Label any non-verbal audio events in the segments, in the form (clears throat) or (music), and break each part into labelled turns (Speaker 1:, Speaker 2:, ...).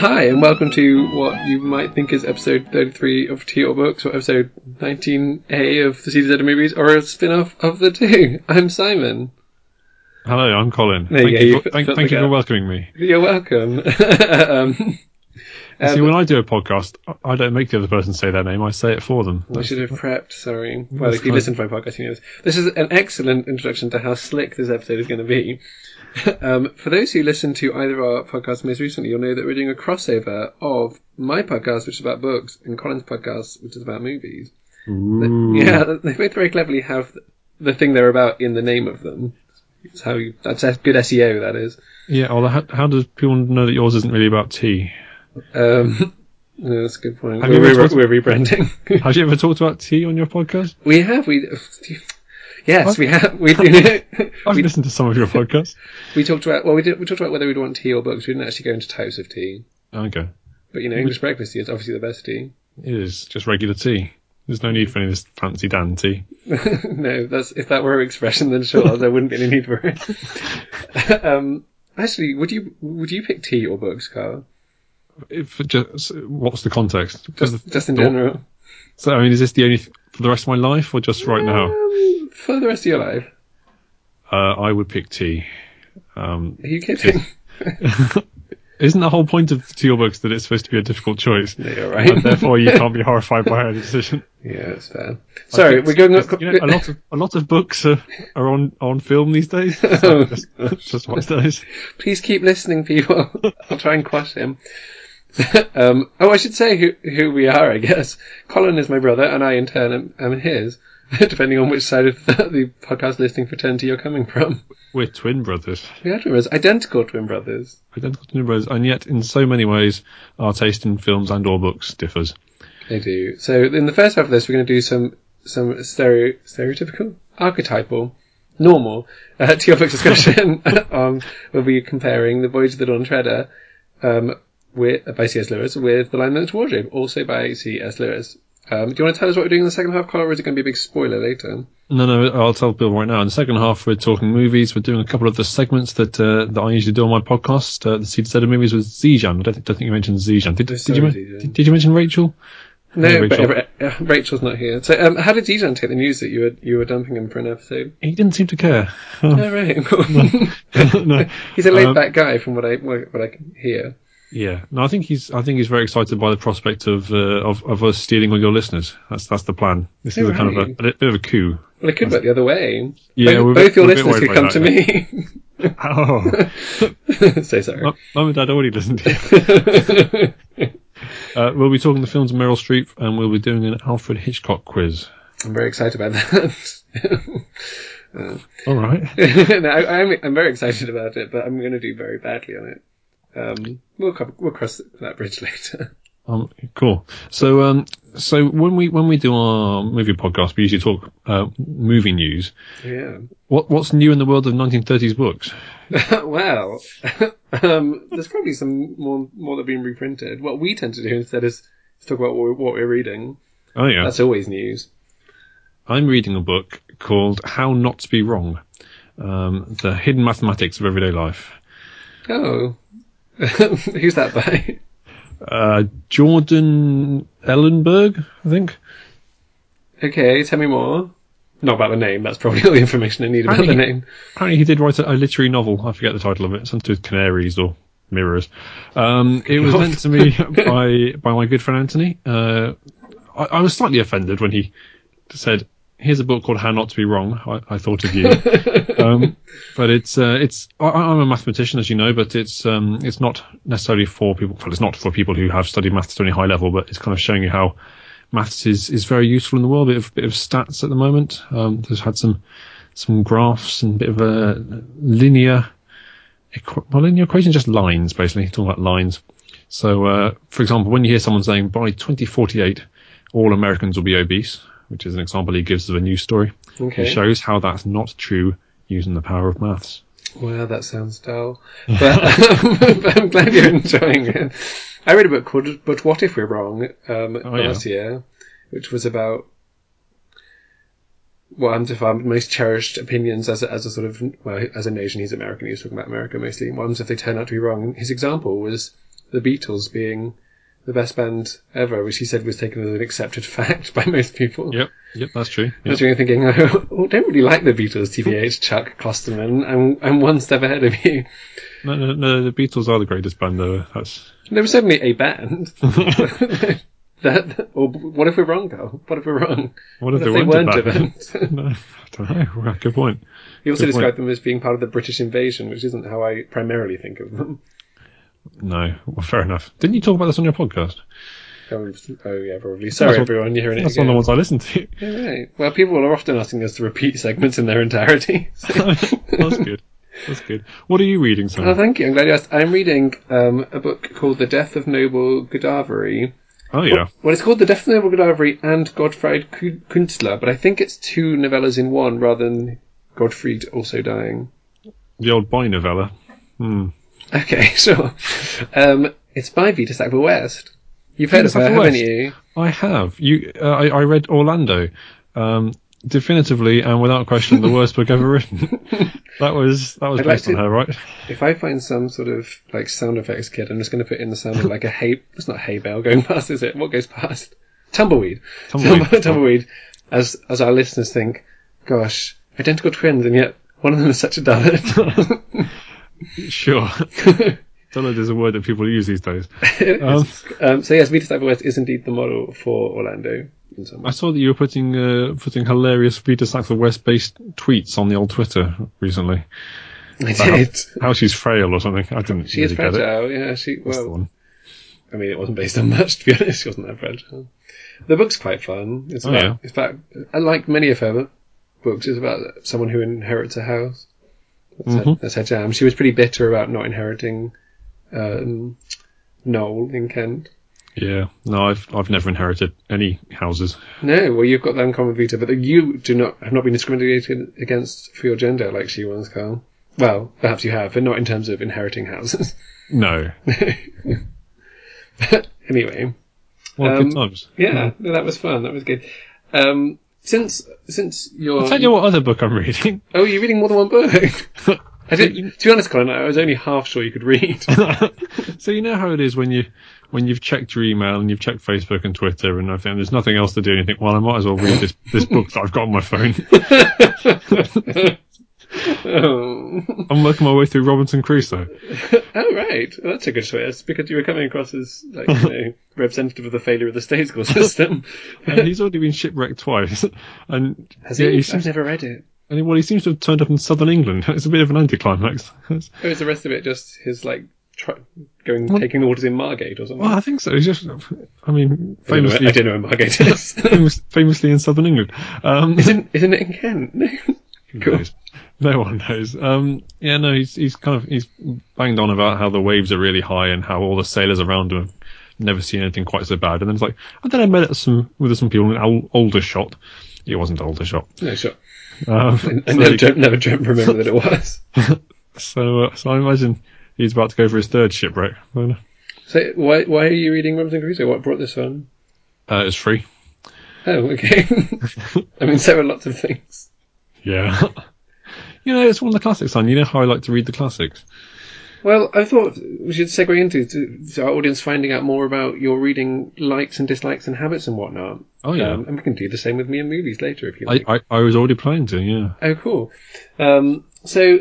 Speaker 1: Hi, and welcome to what you might think is episode 33 of TO Books, or episode 19A of the Season of Movies, or a spin off of the two. (laughs) I'm Simon.
Speaker 2: Hello, I'm Colin.
Speaker 1: There you
Speaker 2: thank
Speaker 1: go, you
Speaker 2: for,
Speaker 1: fi-
Speaker 2: thank,
Speaker 1: filled
Speaker 2: thank
Speaker 1: the
Speaker 2: you for
Speaker 1: gap.
Speaker 2: welcoming me.
Speaker 1: You're welcome. (laughs) um,
Speaker 2: You
Speaker 1: uh,
Speaker 2: See, when I do a podcast, I- I don't make the other person say their name; I say it for them.
Speaker 1: I
Speaker 2: That's-
Speaker 1: should have prepped, sorry. Well,
Speaker 2: That's
Speaker 1: if you
Speaker 2: fine.
Speaker 1: listen to my podcast, you know this. This is an excellent introduction to how slick this episode is going to be. (laughs) um, for those who listen to either of our podcasts most recently, you'll know that we're doing a crossover of my podcast, which is about books, and Colin's podcast, which is about movies.
Speaker 2: Ooh.
Speaker 1: Yeah, they both very cleverly have the thing they're about in the name of them. That's how you, that's a good SEO. That is.
Speaker 2: yeah. Although, how, how does people know that yours isn't really about tea?
Speaker 1: Um, (laughs) no, that's a good point.
Speaker 2: Have
Speaker 1: We're,
Speaker 2: you ever
Speaker 1: we're,
Speaker 2: talked-
Speaker 1: we're rebranding. (laughs)
Speaker 2: Have you ever talked about tea on your podcast?
Speaker 1: we have we. Yes,
Speaker 2: What?
Speaker 1: we have. We, do- (laughs)
Speaker 2: I've
Speaker 1: we
Speaker 2: listened to some
Speaker 1: (laughs)
Speaker 2: of your podcasts.
Speaker 1: we talked about well, we did, we talked about whether we'd want tea or books. We didn't actually go into types of tea,
Speaker 2: Okay,
Speaker 1: but you know, English breakfast tea is obviously the best tea. (laughs)
Speaker 2: it is just regular tea. There's no need for any of this fancy Dan tea.
Speaker 1: no, that's if that were an expression, then sure, there wouldn't be any need for it. (laughs) um, actually, would you would you pick tea or books, Carl?
Speaker 2: If just what's the context?
Speaker 1: Just just in
Speaker 2: the-
Speaker 1: general.
Speaker 2: So, I mean, is this the only th- for the rest of my life, or just right now?
Speaker 1: Um, for the rest of your life.
Speaker 2: Uh, I would pick tea. Um,
Speaker 1: Are you kidding? (laughs)
Speaker 2: isn't the whole point of tea or books that it's supposed to be a difficult choice?
Speaker 1: No, you're right.
Speaker 2: and
Speaker 1: (laughs)
Speaker 2: therefore you can't be horrified by her decision.
Speaker 1: yeah, that's fair. (laughs) Sorry,
Speaker 2: It's-
Speaker 1: we're going. (laughs)
Speaker 2: it's- you know, a lot of a lot of books are, are on on film
Speaker 1: (laughs)
Speaker 2: these days.
Speaker 1: Oh.
Speaker 2: So just, just watch those.
Speaker 1: Please keep listening, people. (laughs) I'll try and quash him. (laughs) um, oh, I should say who who we are, I guess. Colin is my brother, and I, in turn, am, am his. (laughs) Depending on which side of (laughs) the, the podcast listening fraternity you're coming from,
Speaker 2: We're twin brothers,
Speaker 1: we are twin brothers, identical twin brothers.
Speaker 2: identical twin brothers, and yet in so many ways our taste in films and or books differs.
Speaker 1: They do. So in the first half of this, we're going to do some some stereo, stereotypical, archetypal, normal uh, (laughs) topic discussion. (laughs) um, we'll be comparing the Voyage of the Dawn Treader um, with by C.S. Lewis with the Lion That's Wardrobe, also by C.S. Lewis. Um, do you want to tell us what we're doing in the second half, Carl, or is it going to be a big spoiler later?
Speaker 2: No, no, I'll tell people right now. In the second half, we're talking movies. We're doing a couple of the segments that uh, that I usually do on my podcast, uh, the seed set of movies with Zijan. I don't, think- don't think you mentioned Zijan. Did, did, you,
Speaker 1: sorry,
Speaker 2: men-
Speaker 1: Zijan.
Speaker 2: did, did you mention Rachel?
Speaker 1: No,
Speaker 2: Hey, Rachel.
Speaker 1: but uh, uh, Rachel's not here. So um, how did Dijon take the news that you were you were dumping him for an
Speaker 2: (laughs)
Speaker 1: episode?
Speaker 2: He didn't seem
Speaker 1: (laughs)
Speaker 2: to care.
Speaker 1: Oh, right. (laughs)
Speaker 2: no.
Speaker 1: He's a laid
Speaker 2: Um,
Speaker 1: back guy, from what I what I can hear.
Speaker 2: Yeah, no, I think he's. I think he's very excited by the prospect of uh, of, of us stealing all your listeners. That's that's the plan. This is a kind of a, a bit of a coup.
Speaker 1: Well, it could work the other way.
Speaker 2: Yeah,
Speaker 1: both,
Speaker 2: we're a
Speaker 1: both
Speaker 2: bit-
Speaker 1: your
Speaker 2: we're a bit
Speaker 1: listeners could
Speaker 2: worried
Speaker 1: come
Speaker 2: about
Speaker 1: to me.
Speaker 2: (laughs) Oh,
Speaker 1: (laughs) so sorry.
Speaker 2: mum mum and dad already listened.
Speaker 1: (laughs)
Speaker 2: uh, we'll be talking the films of Meryl Streep, and we'll be doing an Alfred Hitchcock quiz.
Speaker 1: I'm very excited about that. (laughs)
Speaker 2: All right.
Speaker 1: no, I, I'm, I'm very excited about it, but I'm going to do very badly on it. Um, we'll, co- we'll cross that bridge (laughs) later.
Speaker 2: Um, cool. So, um, so when we when we do our movie podcast, we usually talk uh, movie news.
Speaker 1: yeah. (laughs)
Speaker 2: What what's new in the world of 1930s books?
Speaker 1: well, (laughs) um, there's probably some more more that have been reprinted. What we tend to do instead is talk about what we're, what we're reading.
Speaker 2: Oh yeah,
Speaker 1: That's always news.
Speaker 2: I'm reading a book called How Not to Be Wrong um, The Hidden Mathematics of Everyday Life.
Speaker 1: Oh. (laughs) Who's that by? (laughs)
Speaker 2: Uh, Jordan Ellenberg, I think.
Speaker 1: Okay, tell me more. Not about the name. That's probably all the information I need about the
Speaker 2: Apparently-
Speaker 1: name.
Speaker 2: Apparently, he did write a, a literary novel. I forget the title of it. Something to do with canaries or mirrors. Um, it was lent to me (laughs) by by my good friend Anthony. Uh, I, I was slightly offended when he said, "Here's a book called How Not to Be Wrong." I, I thought of you, um, but it's uh, it's I, I- I'm a mathematician, as you know, but it's um, it's not necessarily for people. Well, it's not for people who have studied maths to any high level, but it's kind of showing you how maths is, is very useful in the world. Bit of bit of stats at the moment. Um, there's had some some graphs and a bit of a linear, equ- well, linear equation, just lines basically. Talking about lines. So, uh, for example, when you hear someone saying by 2048, all Americans will be obese, which is an example he gives of a news story.
Speaker 1: Okay.
Speaker 2: It shows how that's not true using the power of maths.
Speaker 1: Wow, that sounds
Speaker 2: (laughs)
Speaker 1: dull. But, um, (laughs) but I'm glad you're enjoying it. I read a book called But What If We're Wrong um,
Speaker 2: Oh, yeah.
Speaker 1: last year, which was about what Hamza Farm's most cherished opinions as a, as a sort of, well, as a nation, he's American, he was talking about America mostly. What happens if they turn out to be wrong? His example was the Beatles being the best band ever, which he said was taken as an accepted (laughs) fact by most people.
Speaker 2: Yep, yep, that's true.
Speaker 1: I
Speaker 2: Yep.
Speaker 1: was really thinking, (laughs) oh, I don't really like the Beatles, TBH, Chuck, Klosterman. I'm, I'm one step ahead of you.
Speaker 2: (laughs) No, no, no, the Beatles are the greatest band though. That's
Speaker 1: There was certainly a
Speaker 2: (laughs)
Speaker 1: band. (laughs) that, or what if we're wrong, Carl? What if we're wrong?
Speaker 2: what if
Speaker 1: What if
Speaker 2: they,
Speaker 1: they
Speaker 2: weren't, a
Speaker 1: weren't
Speaker 2: band?
Speaker 1: a
Speaker 2: (laughs)
Speaker 1: band?
Speaker 2: no, I don't know. Wow, good point.
Speaker 1: He also
Speaker 2: Good point.
Speaker 1: described them as being part of the British invasion, which isn't how I primarily think of them. (laughs)
Speaker 2: No, well, fair enough. Didn't you talk about this on your podcast?
Speaker 1: Um, oh yeah, probably. Sorry,
Speaker 2: what-
Speaker 1: everyone, you're hearing
Speaker 2: That's
Speaker 1: it
Speaker 2: one of the
Speaker 1: again.
Speaker 2: ones I listened to.
Speaker 1: Yeah, right. Well, people are often asking us to repeat segments in their entirety. (laughs) So-
Speaker 2: (laughs) That's good. That's good. What are you reading, Sam?
Speaker 1: oh, thank you. I'm glad you asked. I'm reading um, a book called The Death of Noble Godavari.
Speaker 2: oh yeah.
Speaker 1: Well, it's called The Death of Noble Godavari and Gottfried Kun- Kunstler, but I think it's two novellas in one rather than Gottfried also dying.
Speaker 2: The old boy novella. Hmm.
Speaker 1: Okay, (laughs) sure. Um, it's by Vita Sackville-West. You've heard
Speaker 2: Vita
Speaker 1: of her,
Speaker 2: Sackville-West.
Speaker 1: haven't you?
Speaker 2: I have. You, uh, I, I read Orlando, um, definitively and without question, the worst book
Speaker 1: (laughs)
Speaker 2: ever written. That was that was
Speaker 1: I'd like
Speaker 2: based on
Speaker 1: to-
Speaker 2: her, right? (laughs)
Speaker 1: If I find some sort of like sound effects kit, I'm just going to put in the sound of like a hay. It's not hay bale going (laughs) past, is it? What goes past? Tumbleweed. (laughs)
Speaker 2: Tumbleweed.
Speaker 1: Tumbleweed. As as our listeners think, gosh, identical twins, and yet one of them is such a (laughs) dullard.
Speaker 2: Sure.
Speaker 1: (laughs)
Speaker 2: Dullard is a word that people use these days. Um,
Speaker 1: um, so yes, Vita Sackville-West is indeed the model for Orlando. In some
Speaker 2: I
Speaker 1: ways.
Speaker 2: saw that you were putting uh, putting hilarious Vita Sackville West based tweets on the old Twitter recently.
Speaker 1: I (laughs) did.
Speaker 2: How she's frail or something. I didn't
Speaker 1: She
Speaker 2: really
Speaker 1: is
Speaker 2: get it.
Speaker 1: fragile. Yeah, she
Speaker 2: That's the
Speaker 1: well.
Speaker 2: one.
Speaker 1: I mean, it wasn't based on much, to be honest. (laughs) She wasn't that fragile. The book's quite fun. It's
Speaker 2: Oh,
Speaker 1: about,
Speaker 2: yeah.
Speaker 1: it's about, unlike many of her books, it's about someone who inherits a house. That's, her,
Speaker 2: Mhm.
Speaker 1: that's her jam. She was pretty bitter about not inheriting um, Noel in Kent.
Speaker 2: Yeah. No, I've I've never inherited any houses.
Speaker 1: No, well, you've got that in common, Vita, but you do not have not been discriminated against for your gender like she was, Carl. Well, perhaps you have, but not in terms of inheriting houses. (laughs)
Speaker 2: No.
Speaker 1: anyway.
Speaker 2: Well,
Speaker 1: Um,
Speaker 2: good times.
Speaker 1: Yeah, no, that was fun. That was good. Um, since since your
Speaker 2: I'll tell you what other book I'm reading. (laughs)
Speaker 1: oh, you're reading more than one book. (laughs) I didn't. To be honest, Colin, I was only half sure you could read.
Speaker 2: so you know how it is when you when you've checked your email and you've checked Facebook and Twitter and everything. There's nothing else to do. And you think, well, I might as well read this this book that I've got on my
Speaker 1: (laughs)
Speaker 2: phone.
Speaker 1: oh.
Speaker 2: I'm working my way through Robinson Crusoe.
Speaker 1: oh, right. Well, that's a good choice because you were coming across as like you know, representative of the failure of the state school system.
Speaker 2: and he's already been shipwrecked twice. And
Speaker 1: Has
Speaker 2: yeah,
Speaker 1: he?
Speaker 2: he
Speaker 1: I've
Speaker 2: seems,
Speaker 1: never read it.
Speaker 2: and well, he seems to have turned up in southern England. (laughs) It's a bit of an anticlimax. It's-
Speaker 1: Oh, is the rest of it just his like tr going
Speaker 2: Well-
Speaker 1: taking orders in Margate or something?
Speaker 2: well, I think so. He's just, I mean,
Speaker 1: I don't know where- I
Speaker 2: famously,
Speaker 1: don't know where Margate is.
Speaker 2: (laughs) famous, famously in southern England. Um,
Speaker 1: isn't isn't it in Kent? (laughs) No.
Speaker 2: who
Speaker 1: Cool.
Speaker 2: knows? (laughs) No one knows. Um, yeah, no, he's he's kind of he's banged on about how the waves are really high and how all the sailors around him have never seen anything quite so bad. And then it's like, and then I met some with some people in Al- Aldershot. It wasn't Aldershot.
Speaker 1: no, sure.
Speaker 2: Um, (laughs)
Speaker 1: I
Speaker 2: so-
Speaker 1: never, dreamt, never dreamt remember that it was.
Speaker 2: So, uh, so I imagine he's about to go for his third shipwreck. Uh,
Speaker 1: So why why are you reading Robinson Crusoe? What brought this on?
Speaker 2: uh, it's free.
Speaker 1: Oh, okay. (laughs) I mean, so are lots of things.
Speaker 2: Yeah. (laughs) you know, it's one of the classics, son. You know how I like to read the classics.
Speaker 1: Well, I thought we should segue into to, to our audience finding out more about your reading likes and dislikes and habits and whatnot.
Speaker 2: Oh yeah.
Speaker 1: Um, and we can do the same with me and movies later if you
Speaker 2: I,
Speaker 1: like.
Speaker 2: I, I was already planning to. Yeah.
Speaker 1: oh, cool. Um, so.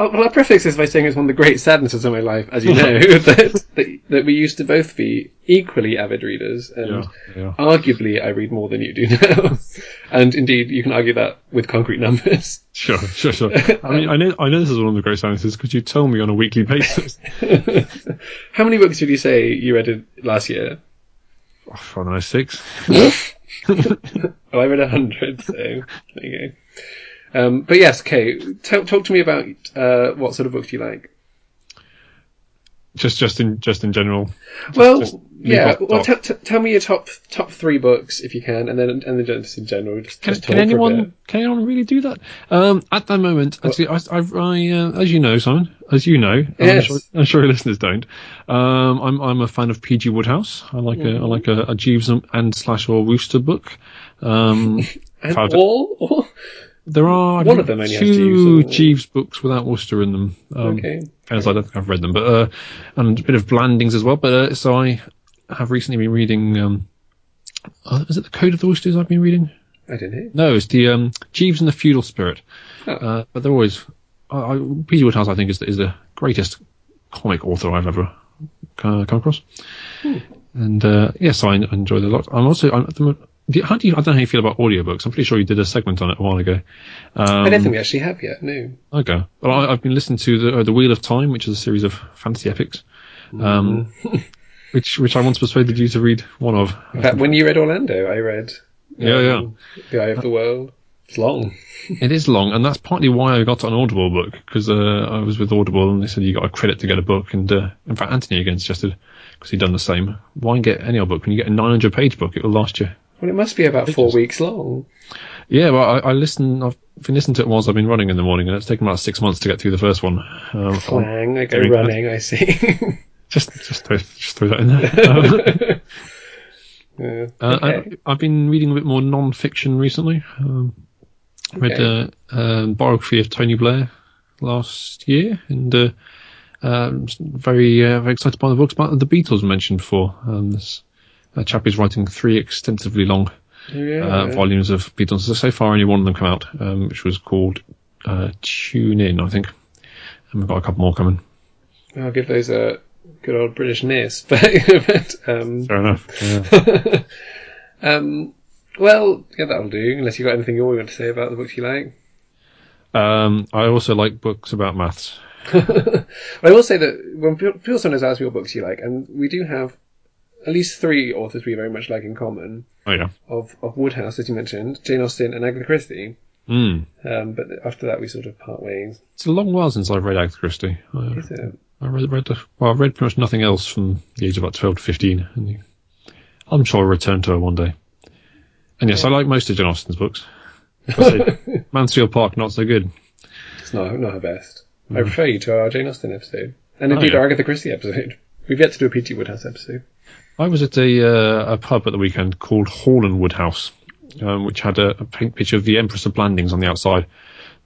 Speaker 1: Oh, well, I'll preface this by saying it's one of the great sadnesses of my life, as you know, that, that that we used to both be equally avid readers, and
Speaker 2: Yeah. Yeah.
Speaker 1: arguably I read more than you do now. (laughs) and indeed, you can argue that with concrete numbers. (laughs)
Speaker 2: Sure. Sure. Sure. I mean, I know, I know this is one of the great silences because you tell me on a weekly (laughs) basis.
Speaker 1: How many books did you say you read in- last year?
Speaker 2: oh, I don't know, six.
Speaker 1: Oh, I read a hundred, so there you go. Um, but yes, okay. Tell, talk to me about uh, what sort of books you like.
Speaker 2: Just, just in, just in general.
Speaker 1: well,
Speaker 2: just leave
Speaker 1: yeah.
Speaker 2: off
Speaker 1: Well, t-
Speaker 2: top.
Speaker 1: t- tell me your top top three books if you can, and then and then just in general. Just,
Speaker 2: Can,
Speaker 1: just talk
Speaker 2: can
Speaker 1: for a bit.
Speaker 2: anyone, can anyone really do that? Um, at the moment, actually, I, I, I uh, as you know, Simon, as you know, and I'm,
Speaker 1: Yes.
Speaker 2: sure, I'm sure your listeners don't. Um, I'm, I'm a fan of P.G. Woodhouse. I like a, I like a, a Jeeves and- and slash or Rooster book. Um,
Speaker 1: And
Speaker 2: Five-
Speaker 1: all, all
Speaker 2: There are I
Speaker 1: One
Speaker 2: think,
Speaker 1: of them only has
Speaker 2: two
Speaker 1: Jeeves, or-
Speaker 2: Jeeves books without Worcester in them. Um,
Speaker 1: Okay.
Speaker 2: As I don't think I've read them, but uh, and a bit of Blandings as well. But uh, so I have recently been reading. Um, uh, is it the Code of the Worcesters I've been reading?
Speaker 1: I don't know.
Speaker 2: No, it's the um, Jeeves and the Feudal Spirit.
Speaker 1: Oh.
Speaker 2: Uh, but they're always. I, I, P.G. Woodhouse, I think, is the, is the greatest comic author I've ever uh, come across. And uh, yes, I en- enjoy them a lot. I'm also. I'm, at the mo- do you- how do you, I don't know how you feel about audiobooks. I'm pretty sure you did a segment on it a while ago. Um,
Speaker 1: I don't think we actually have yet. No.
Speaker 2: Okay. Well, I, I've been listening to the, uh, the Wheel of Time, which is a series of fantasy epics, um, which which I once persuaded you to read one of.
Speaker 1: In fact, when you read Orlando, I read
Speaker 2: Yeah, yeah.
Speaker 1: The Eye of the World. It's long.
Speaker 2: It is long, and that's partly why I got an Audible book because uh, I was with Audible and they said you got a credit to get a book. And uh, in fact, Anthony again suggested because he'd done the same. Why get any old book when you get a 900 page book? It will last you.
Speaker 1: Well, it must be about four weeks long.
Speaker 2: Yeah, well, I, I listen. I've been listening to it whilst I've been running in the morning, and it's taken about six months to get through the first one. Um,
Speaker 1: Clang, I go
Speaker 2: Very bad.
Speaker 1: running, I see. (laughs)
Speaker 2: just just throw, just throw that in there. Um,
Speaker 1: Yeah.
Speaker 2: Uh,
Speaker 1: Okay.
Speaker 2: I, I've been reading a bit more non-fiction recently. Um, I read
Speaker 1: Okay.
Speaker 2: uh, um, biography of Tony Blair last year, and uh, um, s- very uh, very excited by the books. But the Beatles mentioned before. Um, this uh, chap is writing three extensively long
Speaker 1: Yeah.
Speaker 2: uh, volumes of Beatles. So, so far, only one of them come out, um, which was called uh, Tune In, I think. And we've got a couple more coming.
Speaker 1: I'll give those a good old British ness. (laughs) But, but um,
Speaker 2: Fair enough.
Speaker 1: um, well, yeah, that'll do. Unless you've got anything more you want to say about the books you like.
Speaker 2: (laughs) um, I also like books about maths.
Speaker 1: I will say that when pe- people sometimes ask me what books you like, and we do have at least three authors we very much like in common
Speaker 2: Oh yeah.
Speaker 1: of, of Woodhouse, as you mentioned, Jane Austen, and Agatha Christie.
Speaker 2: Mm.
Speaker 1: Um, but after that, we sort of part ways. uh,
Speaker 2: It's a long while since I've read Agatha Christie. I,
Speaker 1: Is it?
Speaker 2: I read, read the, well, I read pretty much nothing else from the age of about 12 to 15. And you- I'm sure I'll return to her one day. And yes, I like most of Jane Austen's books. I say, Mansfield Park, not so good.
Speaker 1: It's not, not her best. I refer you to our Jane Austen episode, and indeed
Speaker 2: yeah.
Speaker 1: our Agatha Christie episode. (laughs) We've yet to do a P.G. Woodhouse episode.
Speaker 2: I was at a, uh, a pub at the weekend called Hall and Woodhouse, um, which had a, a pink picture of the Empress of Blandings on the outside.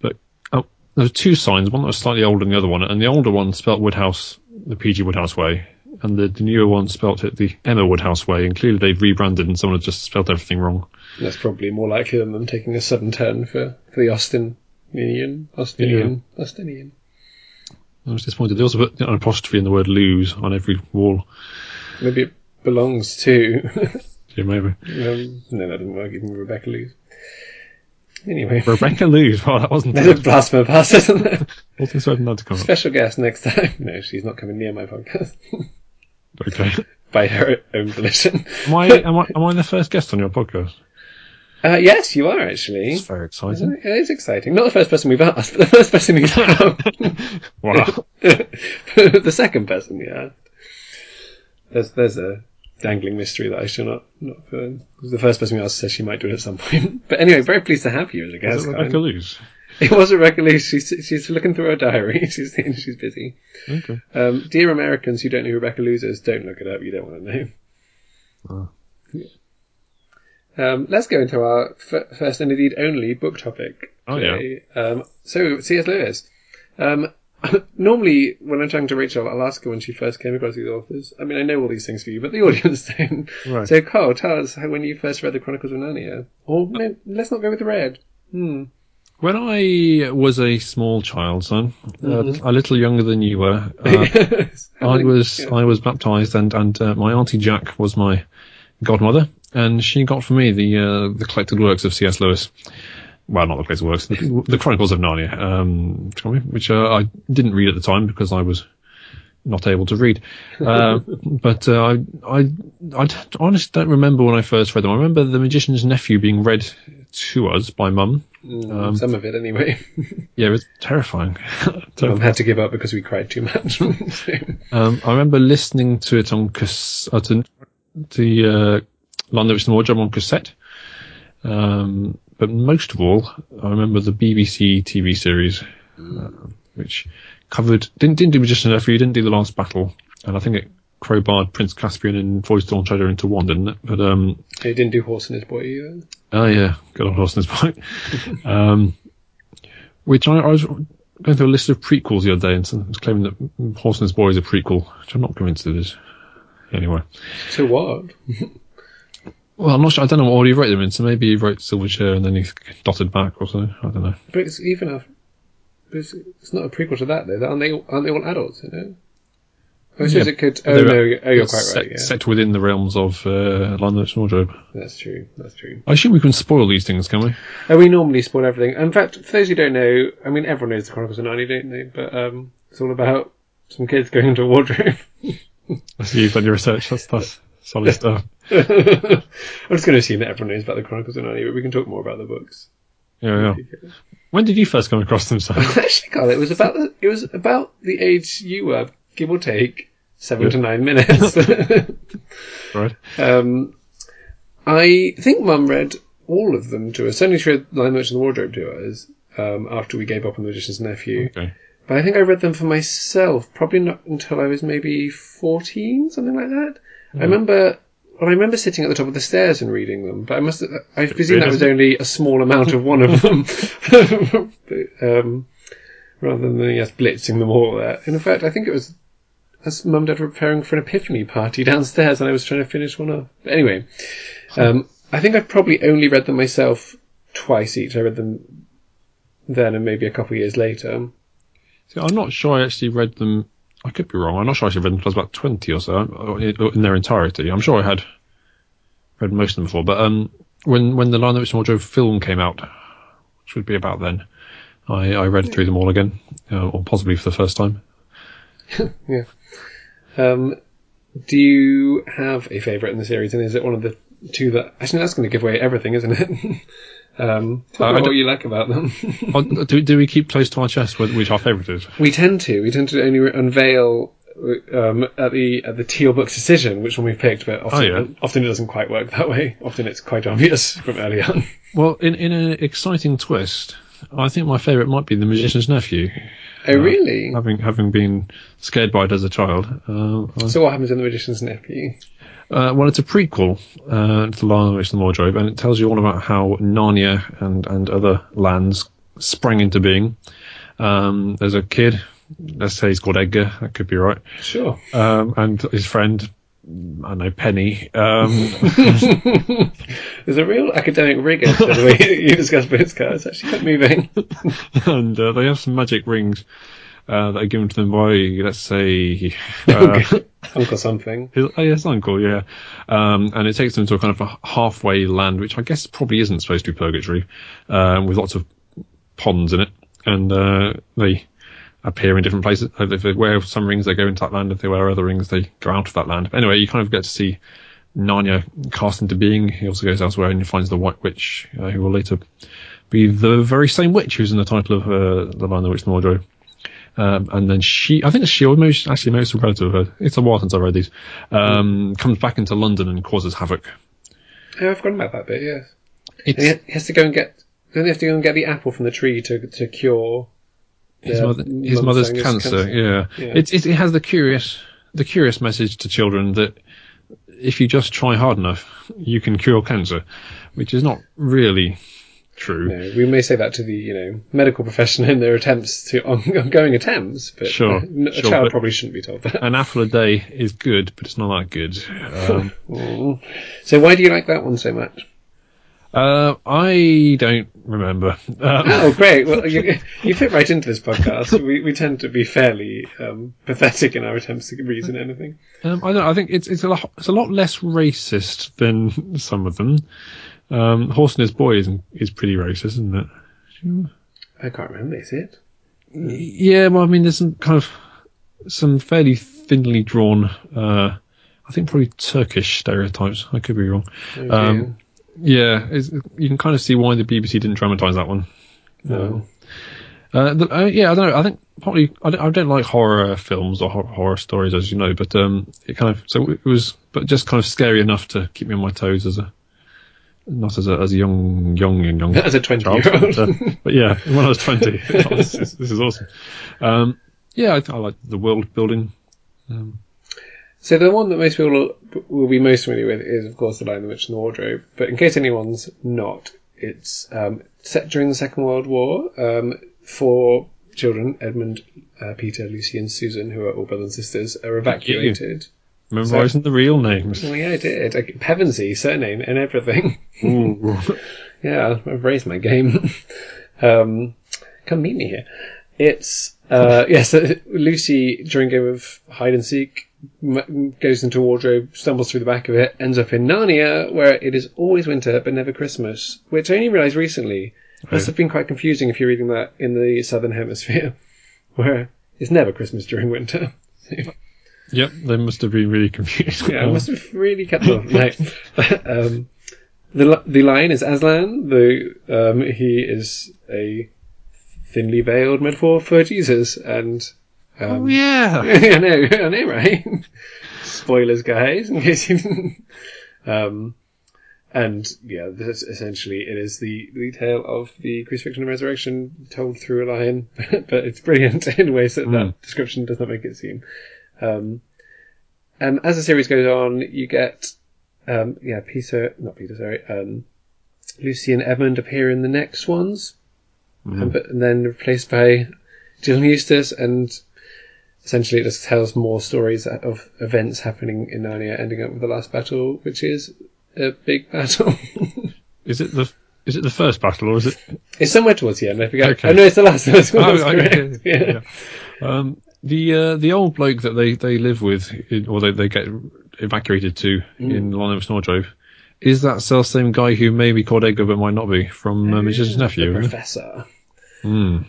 Speaker 2: But oh, there were two signs, one that was slightly older than the other one, and the older one spelt Woodhouse the PG Woodhouse way, and the, the newer one spelt it the Emma Woodhouse way. And clearly they've rebranded, and someone has just spelt everything wrong.
Speaker 1: And That's probably more likely than them taking a sudden turn for, for the Austinian, Austinian, Austinian.
Speaker 2: I was disappointed. They also put an apostrophe in the word lose on every wall.
Speaker 1: Maybe it belongs to. (laughs)
Speaker 2: Yeah, maybe.
Speaker 1: um, no, that didn't work. Even Rebecca Lewes. Anyway, (laughs)
Speaker 2: Rebecca lose. (laughs) Well, that wasn't
Speaker 1: there's a blasphemer pass, isn't there?
Speaker 2: wasn't certain that to come up.
Speaker 1: Special guest next time. No, she's not coming near my podcast (laughs)
Speaker 2: Okay.
Speaker 1: by her own volition.
Speaker 2: Am I, am I am I the first guest on your podcast?
Speaker 1: Uh, yes, you are actually.
Speaker 2: It's very exciting.
Speaker 1: It is exciting. Not the first person we've asked, but the first person we've asked. (laughs)
Speaker 2: Wow.
Speaker 1: the second person we asked. There's there's a dangling mystery that I shall not not. Uh, the first person we asked says she might do it at some point. (laughs) But anyway, very pleased to have you as a guest.
Speaker 2: Is it Rebecca
Speaker 1: Colin.
Speaker 2: Lewes?
Speaker 1: (laughs) It was Rebecca Lou. She's she's looking through her diary. (laughs) She's seeing she's busy.
Speaker 2: Okay.
Speaker 1: Um, dear Americans who don't know who Rebecca Lewis is, don't look it up. You don't want to know.
Speaker 2: Oh.
Speaker 1: Um, let's go into our f- first and indeed only book topic.
Speaker 2: Oh,
Speaker 1: today. Um, so C.S. Lewis. Um, (laughs) normally, when I'm talking to Rachel, I'll ask her when she first came across these authors. I mean, I know all these things for you, but the (laughs) audience don't.
Speaker 2: Right.
Speaker 1: So, Carl, tell us how, when you first read the Chronicles of Narnia. Or no, let's not go with red. Hmm.
Speaker 2: When I was a small child, son, uh, a little younger than you were, uh, I was
Speaker 1: Yeah.
Speaker 2: I was baptized, and and uh, my auntie Jack was my godmother, and she got for me the uh, the collected works of C.S. Lewis. Well, not the collected works, the, the Chronicles of Narnia, um, shall we? which uh, I didn't read at the time because I was not able to read. Uh, but uh, I I I d- honestly don't remember when I first read them. I remember The Magician's Nephew being read to us by Mum. um,
Speaker 1: Some of it, anyway.
Speaker 2: Yeah, it was terrifying. (laughs)
Speaker 1: Mum had to give up because we cried too much. (laughs) So-
Speaker 2: Um, I remember listening to it on cas- uh, to the uh, London Witch and Wardrobe on cassette. Um, but most of all, I remember the BBC TV series, um, which covered didn't didn't do Magician Nephew, didn't do the Last Battle, and I think it crowbarred Prince Caspian and Voice Dawn Treader into one, didn't it? But um,
Speaker 1: He didn't do Horse and His Boy either. (laughs)
Speaker 2: Oh yeah, good old Austin's point. um, Which I, I was going through a list of prequels the other day, and someone was claiming that Horseman's Boy is a prequel, which I'm not convinced it is. Anyway,
Speaker 1: To what?
Speaker 2: well, I'm not sure. I don't know what order you wrote them in. So maybe you wrote Silverchair and then he dotted back or something. I don't know.
Speaker 1: But it's even a. but It's, it's not a prequel to that though. Aren't they? all- Aren't they all adults? You know. I suppose
Speaker 2: Yeah,
Speaker 1: it could.
Speaker 2: They
Speaker 1: Oh
Speaker 2: were-
Speaker 1: no! you- Oh, you're quite
Speaker 2: set,
Speaker 1: right. Yeah,
Speaker 2: set within the realms of uh, Lionel's wardrobe.
Speaker 1: that's true. That's true.
Speaker 2: I assume we can spoil these things, can we?
Speaker 1: And we normally spoil everything. In fact, for those who don't know, I mean, everyone knows the Chronicles of Narnia, don't they? But um, it's all about some kids going into a wardrobe. (laughs)
Speaker 2: You've done your research. That's that's solid stuff.
Speaker 1: I'm just going to assume that everyone knows about the Chronicles of Narnia, but we can talk more about the books.
Speaker 2: Yeah, yeah. When did you first come across them,
Speaker 1: (laughs)
Speaker 2: Sam?
Speaker 1: Actually, Carl, it was about the, it was about the age you were, give or take seven
Speaker 2: Yeah.
Speaker 1: to nine minutes.
Speaker 2: right.
Speaker 1: um, I think Mum read all of them to us. Certainly, she read Lion Merchant and the Wardrobe to us um, after we gave up on The Magician's Nephew.
Speaker 2: Okay.
Speaker 1: But I think I read them for myself probably not until I was maybe 14, something like that. I remember. Well, I remember sitting at the top of the stairs and reading them, but I must. I presume that was only a small amount of one of them, (laughs) um, rather than yes, blitzing them all there. And in fact, I think it was as mum and dad were preparing for an epiphany party (laughs) downstairs, and I was trying to finish one off. But anyway, um, I think I've probably only read them myself twice each. I read them then, and maybe a couple of years later.
Speaker 2: See, I'm not sure I actually read them. I could be wrong. I'm not sure I actually read them until I was about 20 or so, or in their entirety. I'm sure I had read most of them before, but um, when when the Lion, the Witch, and the Wardrobe film came out, which would be about then, I, I read through them all again, uh, or possibly for the first time.
Speaker 1: Um, do you have a favourite in the series, and is it one of the two that? Actually, that's going to give away everything, isn't it? (laughs) um,
Speaker 2: Uh, I
Speaker 1: talk about what
Speaker 2: don't-
Speaker 1: you like about them. (laughs)
Speaker 2: Oh, do, do we keep close to our chest wh- which our favourite is?
Speaker 1: we tend to. We tend to only re- unveil um, at the at the teal book's decision which one we picked, but often,
Speaker 2: Oh, yeah.
Speaker 1: often it doesn't quite work that way. Often it's quite obvious (laughs) from early on.
Speaker 2: Well, in, in an exciting twist, I think my favourite might be The Magician's Nephew.
Speaker 1: oh, really?
Speaker 2: Having having been scared by it as a child, uh, I
Speaker 1: So what happens in the magician's nephew?
Speaker 2: Uh, well, it's a prequel uh, to The Lion, the Witch, and the Wardrobe, and it tells you all about how Narnia and, and other lands sprang into being. Um, there's a kid, let's say he's called Edgar, that could be right,
Speaker 1: Sure.
Speaker 2: um, and his friend, I don't know, Penny. Um,
Speaker 1: There's a real academic rigour to the
Speaker 2: (laughs)
Speaker 1: way you discuss books, Carl. It's actually quite moving.
Speaker 2: and uh, they have some magic rings uh, that are given to them by, let's say, uh,
Speaker 1: Uncle something.
Speaker 2: His, oh, his uncle, yeah. Um, and it takes them to a kind of a halfway land, which I guess probably isn't supposed to be purgatory, um, with lots of ponds in it. And uh, they appear in different places. Uh, If they wear some rings, they go into that land. If they wear other rings, they go out of that land. But anyway, you kind of get to see Narnia cast into being. He also goes elsewhere and he finds the White Witch, uh, who will later be the very same witch who's in the title of uh, The Lion, the Witch, and the Wardrobe. Um, and then she, I think she, or most, actually most relative of her, it's a while since I read these, um, comes back into London and causes havoc.
Speaker 1: Oh, I've forgotten about that bit, yes.
Speaker 2: It's,
Speaker 1: And he ha- he has to go and get. Don't they have to go and get the apple from the tree to to cure?
Speaker 2: his,
Speaker 1: the
Speaker 2: mother, his
Speaker 1: mum's
Speaker 2: mother's
Speaker 1: saying it's
Speaker 2: cancer,
Speaker 1: cancer.
Speaker 2: Yeah,
Speaker 1: Yeah.
Speaker 2: It's it, it has the curious the curious message to children that if you just try hard enough, you can cure cancer, which is not really true.
Speaker 1: No, we may say that to the you know medical profession in their attempts to on- ongoing attempts, but uh,
Speaker 2: Sure,
Speaker 1: n- a
Speaker 2: sure,
Speaker 1: child
Speaker 2: but-
Speaker 1: probably shouldn't be told that.
Speaker 2: An apple a day is good, but it's not that good. Um,
Speaker 1: Mm. so why do you like that one so much?
Speaker 2: uh, I don't remember.
Speaker 1: (laughs)
Speaker 2: Um,
Speaker 1: Oh, great! Well, you, you fit right into this podcast. We we tend to be fairly um, pathetic in our attempts to reason anything.
Speaker 2: Um, I don't. I think it's it's a lot, it's a lot less racist than some of them. Um, Horse and His Boy is is pretty racist, isn't it?
Speaker 1: I can't remember. Is it?
Speaker 2: Yeah. Well, I mean, there's some kind of some fairly thinly drawn. Uh, I think probably Turkish stereotypes. I could be wrong.
Speaker 1: Oh,
Speaker 2: Um, Yeah, it's, you can kind of see why the BBC didn't dramatise that one.
Speaker 1: dear. Oh. (laughs)
Speaker 2: Uh, the, uh, yeah, I don't know. I think probably I don't, I don't like horror films or hor- horror stories, as you know. But um, it kind of so it was, but just kind of scary enough to keep me on my toes as a not as a as a young young and young
Speaker 1: As a
Speaker 2: child,
Speaker 1: twenty-year-old,
Speaker 2: but, uh, but yeah, when I was
Speaker 1: (laughs)
Speaker 2: twenty, this, is, this is awesome. Um, yeah, I, th- I like the world building.
Speaker 1: So the one that most people will be most familiar with is, of course, The Lion, the Witch, and the Wardrobe. But in case anyone's not, it's um, set during the Second World War. Um, four children, Edmund, uh, Peter, Lucy, and Susan, who are all brothers and sisters, are evacuated.
Speaker 2: Memorising the
Speaker 1: (laughs)
Speaker 2: real names.
Speaker 1: Well, yeah, I did. I, Pevensey, surname, and everything.
Speaker 2: Ooh.
Speaker 1: yeah, I've raised my game. (laughs) um, come meet me here. It's uh, (laughs) yes. uh, Lucy during a game of hide and seek m- goes into a wardrobe, stumbles through the back of it, ends up in Narnia, where it is always winter but never Christmas, which I only realised recently. Must have been quite confusing if you're reading that in the Southern Hemisphere, (laughs) where it's never Christmas during winter.
Speaker 2: (laughs) Yep, they must have been really confused.
Speaker 1: Yeah, I must have really kept them. No. (laughs) um, the li- the lion is Aslan. The um, he is a thinly veiled metaphor for Jesus, and um,
Speaker 2: (laughs)
Speaker 1: (laughs)
Speaker 2: oh, yeah.
Speaker 1: I know, I know, right? Spoilers, guys, in case you didn't. Um, and yeah, this is essentially it is the, the tale of the crucifixion and resurrection told through a lion, (laughs) but it's brilliant (laughs) in ways that that description does not make it seem. Um, and as the series goes on, you get um, yeah, Peter, not Peter, sorry, um, Lucy and Edmund appear in the next ones, and, but, and then replaced by Jill and Eustace and essentially it just tells more stories of events happening in Narnia, ending up with the last battle, which is a big (laughs) battle.
Speaker 2: Is it the is it the first battle or
Speaker 1: (laughs)
Speaker 2: is it?
Speaker 1: it's somewhere towards the end. I forget.
Speaker 2: Okay.
Speaker 1: Oh no, it's the last. (laughs) That's
Speaker 2: Oh,
Speaker 1: that's
Speaker 2: okay,
Speaker 1: correct. (laughs)
Speaker 2: yeah,
Speaker 1: Yeah.
Speaker 2: yeah. Um, the uh, the old bloke that they, they live with, in, or they, they get evacuated to
Speaker 1: Mm.
Speaker 2: in Lon of Snowdrove, is that self same guy who may be called Edgar but might not be from uh, Magician's
Speaker 1: The (laughs)
Speaker 2: Nephew. isn't it?
Speaker 1: professor.
Speaker 2: Mm.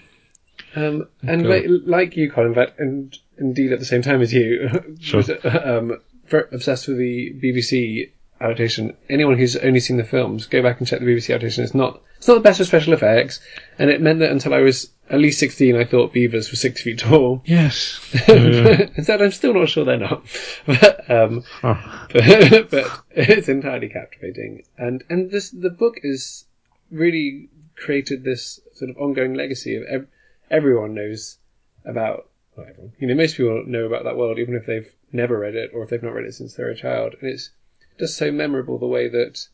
Speaker 1: Um, and
Speaker 2: Okay.
Speaker 1: like, like you, Colin, in fact, and indeed at the same time as you, (laughs)
Speaker 2: Sure.
Speaker 1: was, um, very obsessed with the BBC adaptation. Anyone who's only seen the films, go back and check the BBC adaptation. It's not it's not the best for special effects, and it meant that until I was at least sixteen, I thought beavers were six feet tall.
Speaker 2: (laughs) Yes.
Speaker 1: (laughs) Instead, I'm still not sure they're not, (laughs) but, um, (laughs)
Speaker 2: Ah,
Speaker 1: but, but it's entirely captivating. And and this the book is really created this sort of ongoing legacy of ev- everyone knows about not everyone. You know, most people know about that world, even if they've never read it or if they've not read it since they're a child. And it's just so memorable the way that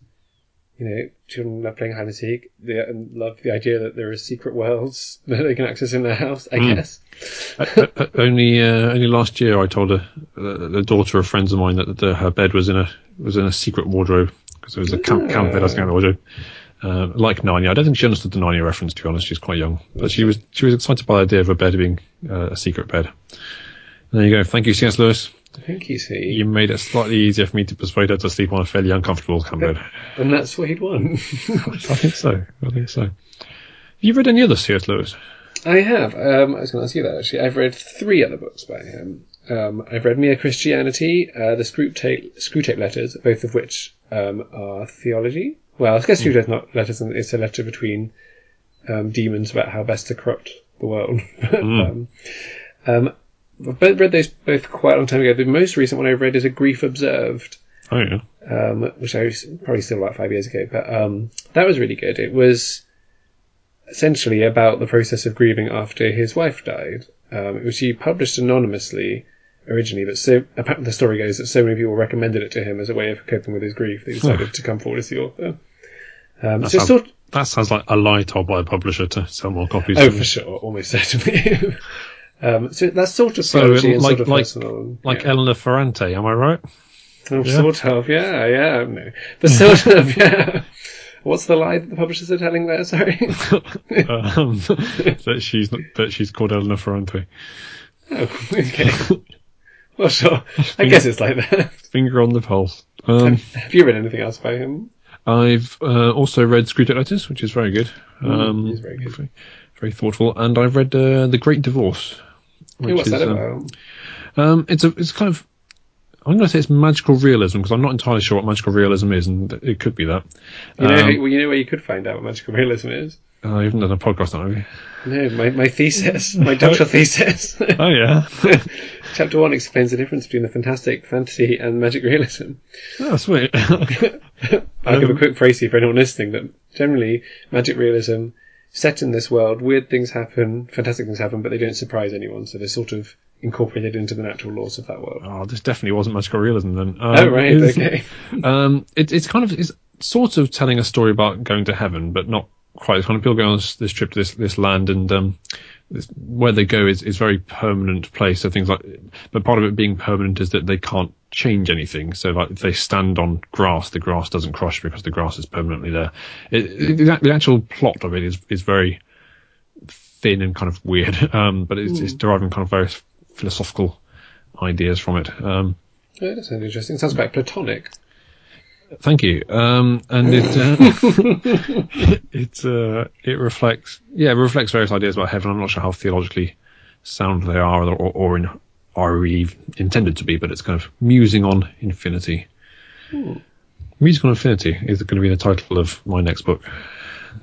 Speaker 1: you know children love playing hide and seek, they and love the idea that there are secret worlds (laughs) that they can access in their house. I guess.
Speaker 2: uh, uh, only uh, only last year I told a, a, a daughter of friends of mine that, that her bed was in a was in a secret wardrobe because it was a camp camp bed I think in a wardrobe. Uh, like Narnia, I don't think she understood the Narnia reference. To be honest, she was quite young, but she was she was excited by the idea of a bed being uh, a secret bed. And there you go. Thank you, C.S. Lewis.
Speaker 1: I think you see.
Speaker 2: You made it slightly easier for me to persuade her to sleep on a fairly uncomfortable camp bed.
Speaker 1: And that's what he'd won.
Speaker 2: (laughs) I think so. I think so. Have you read any other C.S. Lewis?
Speaker 1: I have. Um, I was going to ask you that actually. I've read three other books by him. Um, I've read Mere Christianity, uh, the Screw Tape, Screw Tape Letters, both of which um, are theology. Well, I guess Screw Tape not letters, and it's a letter between um, demons about how best to corrupt the world. (laughs) um, um, I've both read those both quite a long time ago. The most recent one I've read is A Grief Observed,
Speaker 2: Oh yeah.
Speaker 1: um, which I was probably still about five years ago, but um, that was really good. It was essentially about the process of grieving after his wife died, um, which he published anonymously originally, but so apparently the story goes that so many people recommended it to him as a way of coping with his grief that he decided to come forward as the author. Um, so it's
Speaker 2: sounds-
Speaker 1: sort
Speaker 2: That sounds like a lie told by a publisher to sell more copies.
Speaker 1: oh, for sure, almost certainly. (laughs) um, so that's sort of theology and
Speaker 2: like-
Speaker 1: sort of
Speaker 2: like-
Speaker 1: personal.
Speaker 2: Like
Speaker 1: yeah.
Speaker 2: Eleanor Ferrante, am
Speaker 1: (laughs)
Speaker 2: I right?
Speaker 1: Oh, Sort of, yeah, yeah, no. But sort of, yeah. What's the lie that the publishers are telling there? (laughs) Sorry.
Speaker 2: um,
Speaker 1: (laughs)
Speaker 2: that she's not, that she's called Eleanor Ferrante.
Speaker 1: oh, okay. Well, sure. I guess it's like that. (laughs)
Speaker 2: Finger on the pulse. Um,
Speaker 1: Have you read anything else by him?
Speaker 2: I've uh, also read Screwed Up Letters, which is very good. Um,
Speaker 1: it's Mm, very good.
Speaker 2: Very, very thoughtful, and I've read uh, The Great Divorce.
Speaker 1: Yeah, what's that
Speaker 2: um,
Speaker 1: about?
Speaker 2: Um, it's a it's kind of I'm going to say it's magical realism because I'm not entirely sure what magical realism is, and it could be that.
Speaker 1: You know,
Speaker 2: um,
Speaker 1: well, you know where you could find out what magical realism is?
Speaker 2: Uh, I haven't done a podcast on it. have you?
Speaker 1: No, my, my thesis, my doctoral thesis. (laughs)
Speaker 2: Oh (laughs) yeah,
Speaker 1: Chapter 1 explains the difference between the fantastic, fantasy, and magic realism.
Speaker 2: oh, sweet.
Speaker 1: I'll give a
Speaker 2: Um,
Speaker 1: quick précis for anyone listening that generally magic realism set in this world, weird things happen, fantastic things happen, but they don't surprise anyone, so they're sort of incorporated into the natural laws of that world.
Speaker 2: (laughs) Oh, this definitely wasn't magical realism then. Um,
Speaker 1: oh right,
Speaker 2: it's-
Speaker 1: okay.
Speaker 2: (laughs) Um, it, it's kind of it's sort of telling a story about going to heaven, but not quite this kind of people go on this, this trip to this this land and um, this, where they go is is very permanent place. So things like, but part of it being permanent is that they can't change anything. So like if they stand on grass, the grass doesn't crush because the grass is permanently there. It, it, the, act- the actual plot of it is is very thin and kind of weird, (laughs) um, but it's, it's deriving kind of various philosophical ideas from it. Um,
Speaker 1: Oh, that sounds interesting. It sounds quite platonic.
Speaker 2: Thank you. Um, and it uh, (laughs) it uh, it reflects yeah it reflects various ideas about heaven. I'm not sure how theologically sound they are or or in are we intended to be, but it's kind of musing on infinity.
Speaker 1: Hmm.
Speaker 2: Music on Infinity is going to be the title of my next
Speaker 1: (laughs)
Speaker 2: book.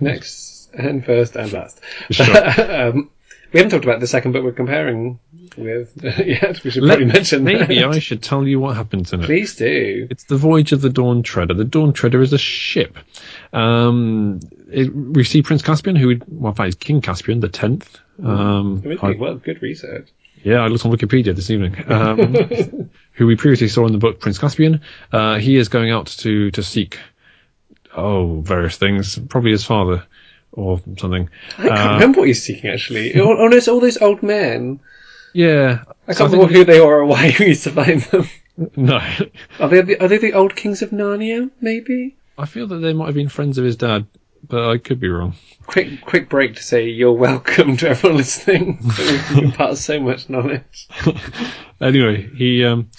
Speaker 1: Next and first and last.
Speaker 2: Sure.
Speaker 1: um, we haven't talked about the second book we're comparing with (laughs) yet. We should probably mention
Speaker 2: Maybe
Speaker 1: that.
Speaker 2: I should tell you what happens in it.
Speaker 1: Please do.
Speaker 2: It's the voyage of the Dawn Treader. The Dawn Treader is a ship. Um, it, we see Prince Caspian, who, well, in fact, he's King Caspian, the tenth.
Speaker 1: Hmm.
Speaker 2: Um, I-
Speaker 1: Really, well, good research.
Speaker 2: yeah, I looked on Wikipedia this evening.
Speaker 1: (laughs)
Speaker 2: Um, who we previously saw in the book Prince Caspian. Uh, he is going out to to seek, oh, various things. Probably his father or something.
Speaker 1: I can't
Speaker 2: Uh,
Speaker 1: remember what he's seeking actually. All, all, those, all those old men.
Speaker 2: Yeah,
Speaker 1: I can't remember who they are or why (laughs) we used to find them.
Speaker 2: (laughs) no.
Speaker 1: Are they the, are they the old kings of Narnia? Maybe.
Speaker 2: I feel that they might have been friends of his dad, but I could be wrong.
Speaker 1: Quick quick break to say you're welcome to everyone (laughs) listening. we impart so much knowledge.
Speaker 2: anyway, he um,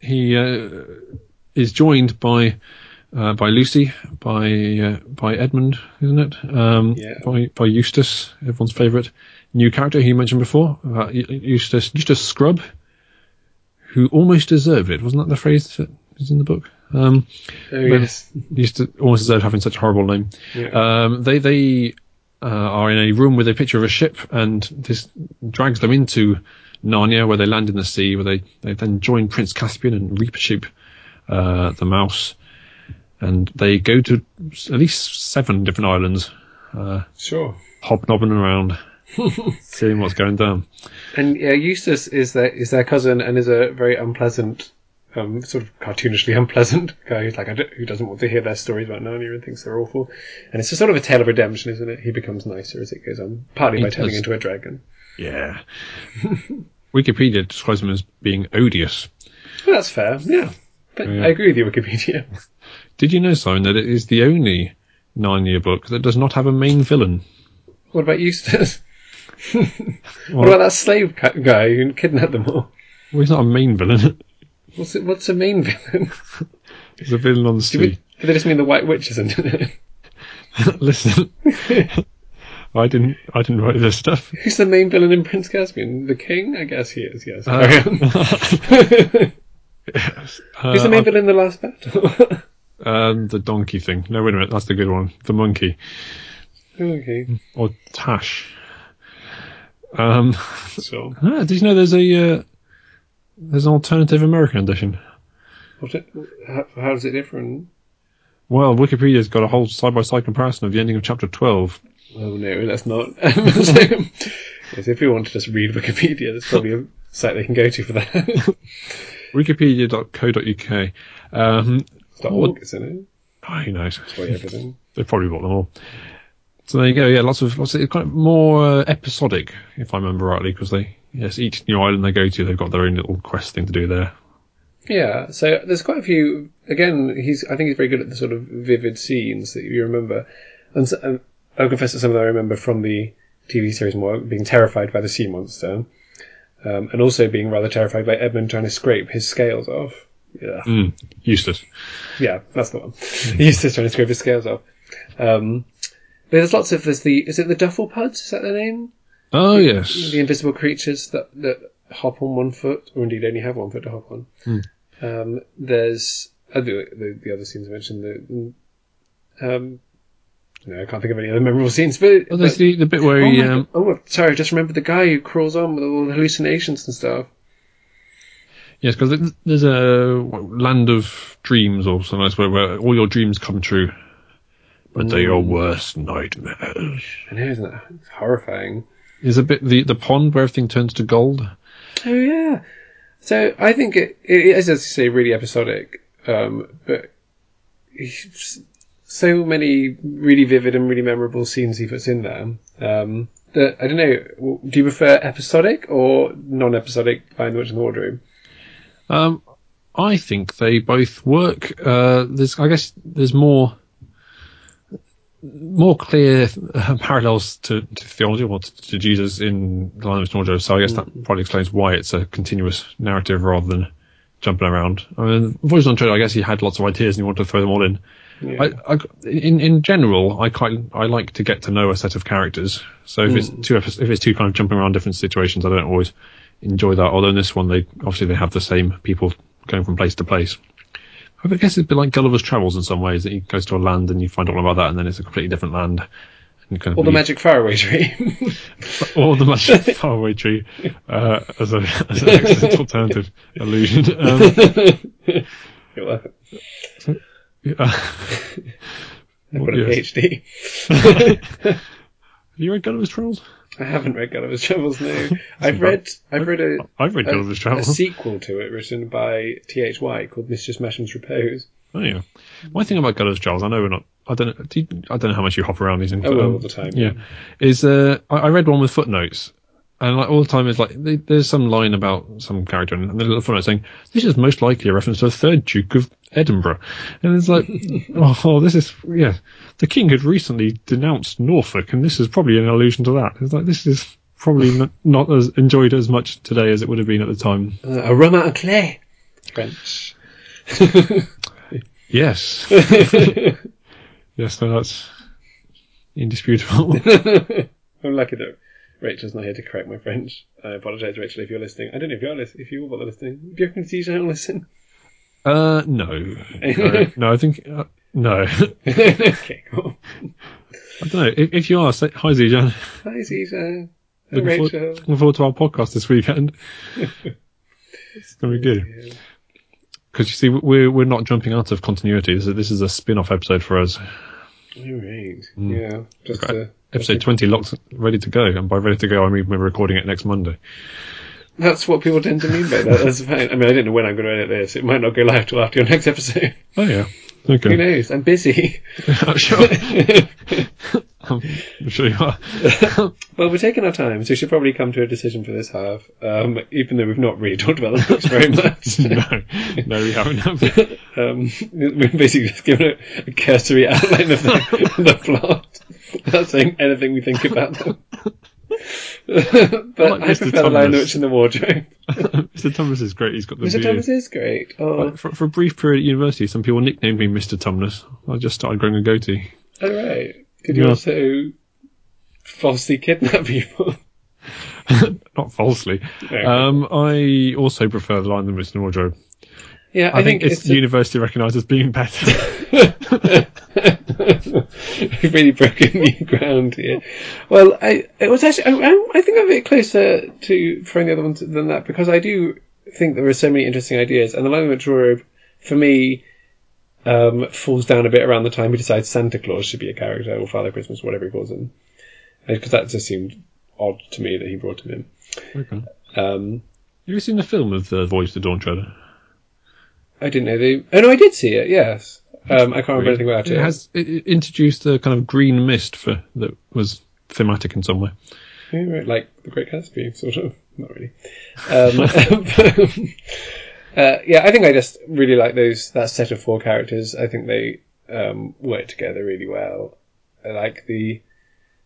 Speaker 2: he uh, is joined by uh, by Lucy, by uh, by Edmund, isn't it? Um,
Speaker 1: Yeah.
Speaker 2: By by Eustace, everyone's favourite new character who you mentioned before, uh, Eu- Eustace Eustace Scrub, who almost deserved it. Wasn't that the phrase that is in the book? Um,
Speaker 1: Oh yes. Uh,
Speaker 2: used to almost deserve having such a horrible name.
Speaker 1: Yeah.
Speaker 2: Um, they they uh, are in a room with a picture of a ship, and this drags them into Narnia, where they land in the sea, where they, they then join Prince Caspian and Reaper Sheep, uh, the mouse, and they go to s- at least seven different islands,
Speaker 1: sure.
Speaker 2: hobnobbing around, seeing what's going down.
Speaker 1: And yeah, Eustace is their is their cousin and is a very unpleasant, um, sort of cartoonishly (laughs) unpleasant guy who's like I don't- who doesn't want to hear their stories about Narnia and thinks they're awful. And it's a sort of a tale of redemption, isn't it? He becomes nicer as it goes on, partly by
Speaker 2: He
Speaker 1: turning
Speaker 2: does.
Speaker 1: into a dragon.
Speaker 2: Yeah. (laughs) Wikipedia describes them as being odious.
Speaker 1: Well, that's fair. Yeah, but
Speaker 2: Yeah.
Speaker 1: I agree with you, Wikipedia.
Speaker 2: Did you know, Simon, that it is the only Narnia book that does not have a main villain?
Speaker 1: What about
Speaker 2: (laughs)
Speaker 1: Eustace? what about that slave ca- guy who kidnapped them all?
Speaker 2: Well, he's not a main villain. (laughs)
Speaker 1: What's it, what's the main villain?
Speaker 2: There's a villain on the
Speaker 1: Do we,
Speaker 2: street.
Speaker 1: do they just mean the White Witch, isn't it? (laughs)
Speaker 2: Listen, (laughs) I didn't. I didn't write this stuff.
Speaker 1: Who's the main villain in Prince Caspian? The king? I guess he is. Yes.
Speaker 2: Uh,
Speaker 1: Carry on.
Speaker 2: Uh,
Speaker 1: Who's the main villain in the last battle? (laughs)
Speaker 2: um, the donkey thing. No, wait a minute. That's the good one. The monkey (laughs)
Speaker 1: okay,
Speaker 2: or Tash. Um,
Speaker 1: so
Speaker 2: ah, did you know there's a uh, there's an alternative American edition?
Speaker 1: what, how, how is it different?
Speaker 2: Well, Wikipedia's got a whole side by side comparison of the ending of chapter twelve.
Speaker 1: Oh no, that's not. (laughs) yes, if you want to just read Wikipedia, there's probably a site they can go to for that. (laughs)
Speaker 2: Wikipedia.co.uk. Um,
Speaker 1: it's not org, isn't it?
Speaker 2: I know.
Speaker 1: It's like everything.
Speaker 2: They probably bought them all. So there you go. Yeah, lots of lots of it's quite more uh, episodic, if I remember rightly, because they yes, each new island they go to, they've got their own little quest thing to do there.
Speaker 1: Yeah, so there's quite a few. Again, he's. I think he's very good at the sort of vivid scenes that you remember, and so, um, I'll confess that some of them I remember from the TV series more being terrified by the sea monster, um, and also being rather terrified by Edmund trying to scrape his scales off. Yeah,
Speaker 2: Mm, useless.
Speaker 1: yeah, that's the one. he's just trying to scrape his scales off. Um, but there's lots of there's the is it the duffel puds is that their name
Speaker 2: Oh yes,
Speaker 1: the invisible creatures that that hop on one foot or indeed only have one foot to hop on
Speaker 2: Hmm.
Speaker 1: um, there's oh, the, the, the other scenes I mentioned the um, no I can't think of any other memorable scenes but,
Speaker 2: well, there's
Speaker 1: but-
Speaker 2: the, the bit where
Speaker 1: oh,
Speaker 2: he
Speaker 1: my
Speaker 2: um,
Speaker 1: God. oh sorry I just remembered the guy who crawls on with all the hallucinations and stuff
Speaker 2: yes, because there's a what, land of dreams or something else where, where all your dreams come true, but they are worse nightmares.
Speaker 1: I know isn't that it's horrifying
Speaker 2: There's a bit the the pond where everything turns to gold.
Speaker 1: Oh yeah. So I think it, it is, as you say, really episodic. Um, but he's- so many really vivid and really memorable scenes he puts in there. Um, that I don't know. Do you prefer episodic or non-episodic By the Witch in the Wardrobe?
Speaker 2: Um, I think they both work. Uh, there's, I guess, there's more more clear uh, (laughs) parallels to, to theology or to, to Jesus in the Lion of Snorjo, so I guess that probably explains why it's a continuous narrative rather than jumping around. I mean, Voyage on Trade, I guess he had lots of ideas and he wanted to throw them all in.
Speaker 1: Yeah.
Speaker 2: I, I, in in general, I quite I like to get to know a set of characters. So if
Speaker 1: Mm.
Speaker 2: it's two epi- if it's two kind of jumping around different situations, I don't always enjoy that. Although in this one, they obviously they have the same people going from place to place. I guess it's a bit like Gulliver's Travels in some ways that he goes to a land and you find out all about that, and then it's a completely different land. And you kind of
Speaker 1: or the
Speaker 2: leave-
Speaker 1: magic faraway dream. (laughs)
Speaker 2: or the magic faraway tree uh, as, a, as an (laughs) excellent alternative illusion. Um,
Speaker 1: I've (laughs)
Speaker 2: yeah.
Speaker 1: got a
Speaker 2: Yes.
Speaker 1: PhD.
Speaker 2: Have you read Gulliver's Travels?
Speaker 1: I haven't read Gulliver's
Speaker 2: (laughs)
Speaker 1: Travels. No, I've read I've read a,
Speaker 2: I've read
Speaker 1: a,
Speaker 2: Gulliver's
Speaker 1: a
Speaker 2: Travels.
Speaker 1: sequel to it written by T. H. White called Mistress Masham's Repose.
Speaker 2: Oh yeah. My thing about Gulliver's Travels, I know we're not. I don't. know- Do you, I don't know how much you hop around these things.
Speaker 1: I
Speaker 2: but,
Speaker 1: will
Speaker 2: um,
Speaker 1: all the time.
Speaker 2: Yeah, is uh, I, I read one with footnotes, and like all the time is like they, there's some line about some character and the little footnote saying this is most likely a reference to the third Duke of Edinburgh, and it's like oh, oh, this is yeah, the king had recently denounced Norfolk, and this is probably an allusion to that. It's like this is probably not, not as enjoyed as much today as it would have been at the time.
Speaker 1: Uh, a rum out of clay. French. (laughs)
Speaker 2: Yes, yes, no, that's indisputable.
Speaker 1: I'm lucky that Rachel's not here to correct my French. I apologise, Rachel, if you're listening. I don't know if you're listening. If you all are listening, if you're confused, don't listen. (laughs)
Speaker 2: Uh, no. no, no, I think uh, no. (laughs) I
Speaker 1: okay, cool.
Speaker 2: don't know. If, if you are, say, hi Zijan.
Speaker 1: Hi, Caesar. Hi,
Speaker 2: Looking, forward-
Speaker 1: Rachel.
Speaker 2: looking forward to our podcast this weekend. it's gonna be good
Speaker 1: Yeah.
Speaker 2: because you see, we're we're not jumping out of continuity. This is, this is a spin-off episode for us.
Speaker 1: All right. Yeah. Just
Speaker 2: Hmm. Right.
Speaker 1: uh,
Speaker 2: Episode twenty locked, ready to go, and by ready to go, I mean we're recording it next Monday.
Speaker 1: That's what people tend to mean by that. That's fine. I mean, I don't know when I'm going to edit this. It might not go live till after your next episode. (laughs)
Speaker 2: Oh yeah,
Speaker 1: Who
Speaker 2: okay.
Speaker 1: knows? I'm busy.
Speaker 2: (laughs) I'm sure. I'm sure you are. (laughs)
Speaker 1: Well, we're taking our time, so we should probably come to a decision for this half, um, even though we've not really talked about the books very much.
Speaker 2: no, no, we haven't.
Speaker 1: Um, (laughs) we've basically just given a, a cursory outline of (laughs) the, the plot, without saying anything we think about them. (laughs) but
Speaker 2: like
Speaker 1: I
Speaker 2: Mr.
Speaker 1: prefer the line the
Speaker 2: Thomas.
Speaker 1: witch in the (laughs) wardrobe.
Speaker 2: Mr. Thomas is great. He's got the
Speaker 1: Mr.
Speaker 2: beard.
Speaker 1: Thomas is great. Oh,
Speaker 2: Like, for, for a brief period at university, some people nicknamed me Mr. Tumnus. I just started growing a goatee.
Speaker 1: all right. Did you
Speaker 2: Yeah.
Speaker 1: also falsely kidnap people?
Speaker 2: Not falsely.
Speaker 1: No.
Speaker 2: Um, I also prefer the line than Mr. Wardrobe.
Speaker 1: yeah,
Speaker 2: I, think, it's,
Speaker 1: a-
Speaker 2: universally recognised as being better.
Speaker 1: (laughs) We've really broken new ground here. Well, I it was actually I, I'm- I think I'm a bit closer to throwing the other one than that because I do think there are so many interesting ideas, and the Lion Witch Wardrobe for me um, falls down a bit around the time we decide Santa Claus should be a character or Father Christmas, whatever he calls him, because that just seemed odd to me that he brought him
Speaker 2: okay.
Speaker 1: in. Um,
Speaker 2: Have you seen the film of the Voyage to the Dawn Treader?
Speaker 1: I didn't know they. Oh no, I did see it. Yes, um, I can't remember anything about it.
Speaker 2: It has it, it introduced a kind of green mist for that was thematic in some way.
Speaker 1: Yeah, right, like the Great Gatsby, sort of. (laughs) Not really. Um, (laughs) uh, yeah, I think I just really like those that set of four characters. I think they um, work together really well. I like the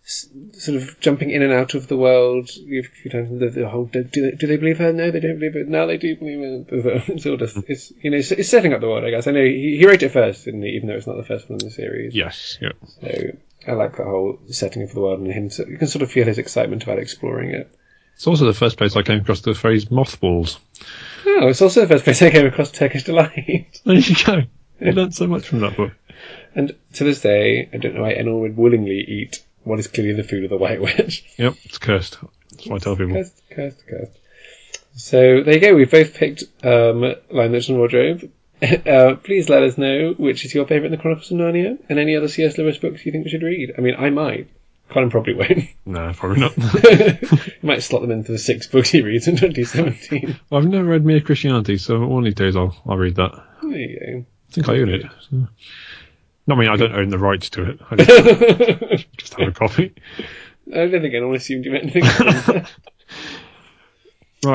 Speaker 1: s- sort of jumping in and out of the world. You've, you know, the, the whole do they, do they believe her? No, they don't believe it. Now they do believe it. (laughs) It's all just it's you know it's, it's setting up the world. I guess I know he, he wrote it first, didn't he? Even though it's not the first one in the series.
Speaker 2: Yes. Yeah.
Speaker 1: So I like the whole setting of the world and him. So you can sort of feel his excitement about exploring it.
Speaker 2: It's also the first place I came across the phrase mothballs. (laughs)
Speaker 1: Oh, it's also the first place I came across Turkish delight. (laughs)
Speaker 2: There you go. I learned so much from that book.
Speaker 1: And to this day, I don't know why anyone would willingly eat what is clearly the food of the White Witch. (laughs)
Speaker 2: Yep, it's cursed. That's what I tell people.
Speaker 1: cursed, cursed, cursed. So there you go. We've both picked um, Lion, Witch and Wardrobe. (laughs) uh, please let us know which is your favourite in the Chronicles of Narnia and any other C.S. Lewis books you think we should read. I mean, I might. Colin probably won't. (laughs)
Speaker 2: No, probably not. (laughs)
Speaker 1: He might slot them into the six books he reads in 2017.
Speaker 2: Well, I've never read Mere Christianity, so one of these days I'll I'll read that. I
Speaker 1: there you go.
Speaker 2: think I own it. so. No, I mean, I don't own the rights to it.
Speaker 1: (laughs)
Speaker 2: I just, just have a copy.
Speaker 1: I don't think anyone assumed you meant anything.
Speaker 2: Right, (laughs)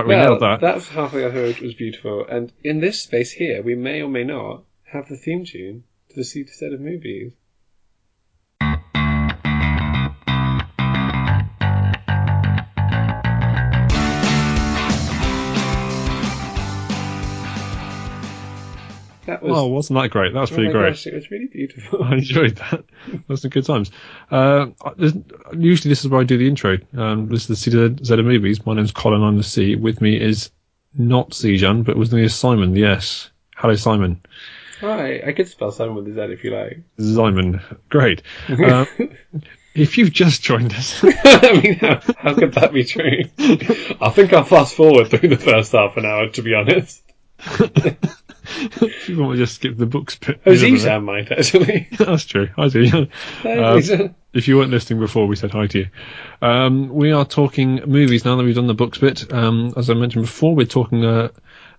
Speaker 2: we
Speaker 1: well,
Speaker 2: nailed that.
Speaker 1: that's halfway up the road was beautiful, and in this space here, we may or may not have the theme tune to the seed set of movies. That was
Speaker 2: Oh, wasn't that great? That was
Speaker 1: oh
Speaker 2: pretty
Speaker 1: my
Speaker 2: great.
Speaker 1: gosh, it was really beautiful. (laughs)
Speaker 2: (laughs) I enjoyed that. That's some good times. Uh, I- there's- usually this is where I do the intro. Um, this is the CZ of Movies. My name's Colin. I'm the C. With me is not Sejan, but was near Simon. Yes. Hello, Simon.
Speaker 1: Hi, I could spell Simon with a Z if you like.
Speaker 2: Simon.
Speaker 1: (laughs)
Speaker 2: Great. Um, if you've just joined us, (laughs)
Speaker 1: I mean, how, (laughs) how could that be true? I think I'll fast forward through the first half an hour, to be honest.
Speaker 2: if you want to just skip the books bit.
Speaker 1: Oh, Zizan might, (laughs) actually.
Speaker 2: (laughs)
Speaker 1: Um,
Speaker 2: That's true. I see.
Speaker 1: Hi, (laughs) Zizan.
Speaker 2: if you weren't listening before, we said hi to you. Um, we are talking movies now that we've done the books bit. Um, as I mentioned before, we're talking uh,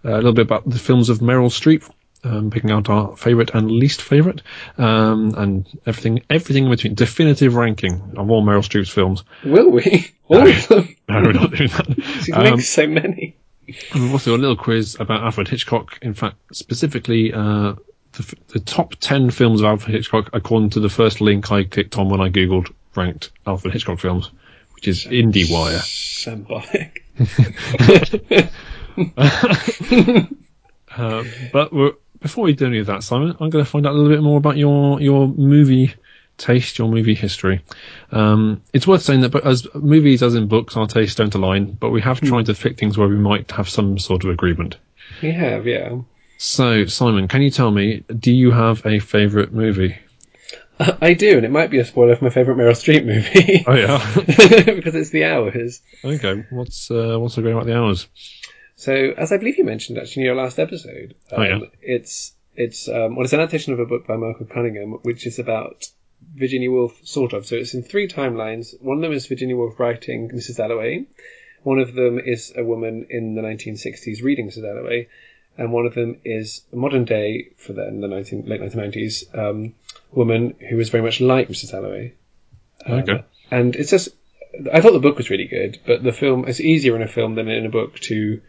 Speaker 2: a little bit about the films of Meryl Streep, um, picking out our favourite and least favourite, um, and everything everything in between. Definitive ranking of all Meryl Streep's films.
Speaker 1: Will we? All of them?
Speaker 2: No, we're not doing
Speaker 1: She
Speaker 2: that.
Speaker 1: makes so many.
Speaker 2: And We've also got a little quiz about Alfred Hitchcock. In fact, specifically uh, the, f- the top ten films of Alfred Hitchcock, according to the first link I clicked on when I googled ranked Alfred Hitchcock films, which is IndieWire.
Speaker 1: Symbolic.
Speaker 2: Uh, but we're, before we do any of that, Simon, I'm going to find out a little bit more about your your movie taste, your movie history. Um, it's worth saying that, but as movies as in books, our tastes don't align. But we have tried to pick things where we might have some sort of agreement.
Speaker 1: We have, yeah.
Speaker 2: So, Simon, can you tell me, do you have a favourite movie?
Speaker 1: I do, and it might be a spoiler for my favourite Meryl Streep movie.
Speaker 2: Oh
Speaker 1: (laughs)
Speaker 2: yeah. (laughs)
Speaker 1: because it's The Hours.
Speaker 2: okay. What's uh, what's so great about the hours?
Speaker 1: So, as I believe you mentioned actually in your last episode, um,
Speaker 2: Oh, yeah.
Speaker 1: it's it's um, well, it's an adaptation of a book by Michael Cunningham, which is about Virginia Woolf, sort of. So it's in three timelines. One of them is Virginia Woolf writing Mrs. Dalloway. One of them is a woman in the 1960s reading Mrs. Dalloway, and one of them is a modern day for then the 19, late 1990s um, woman who is very much like Mrs. Dalloway. Uh,
Speaker 2: okay.
Speaker 1: And it's just, I thought the book was really good, but the film, it's easier in a film than in a book to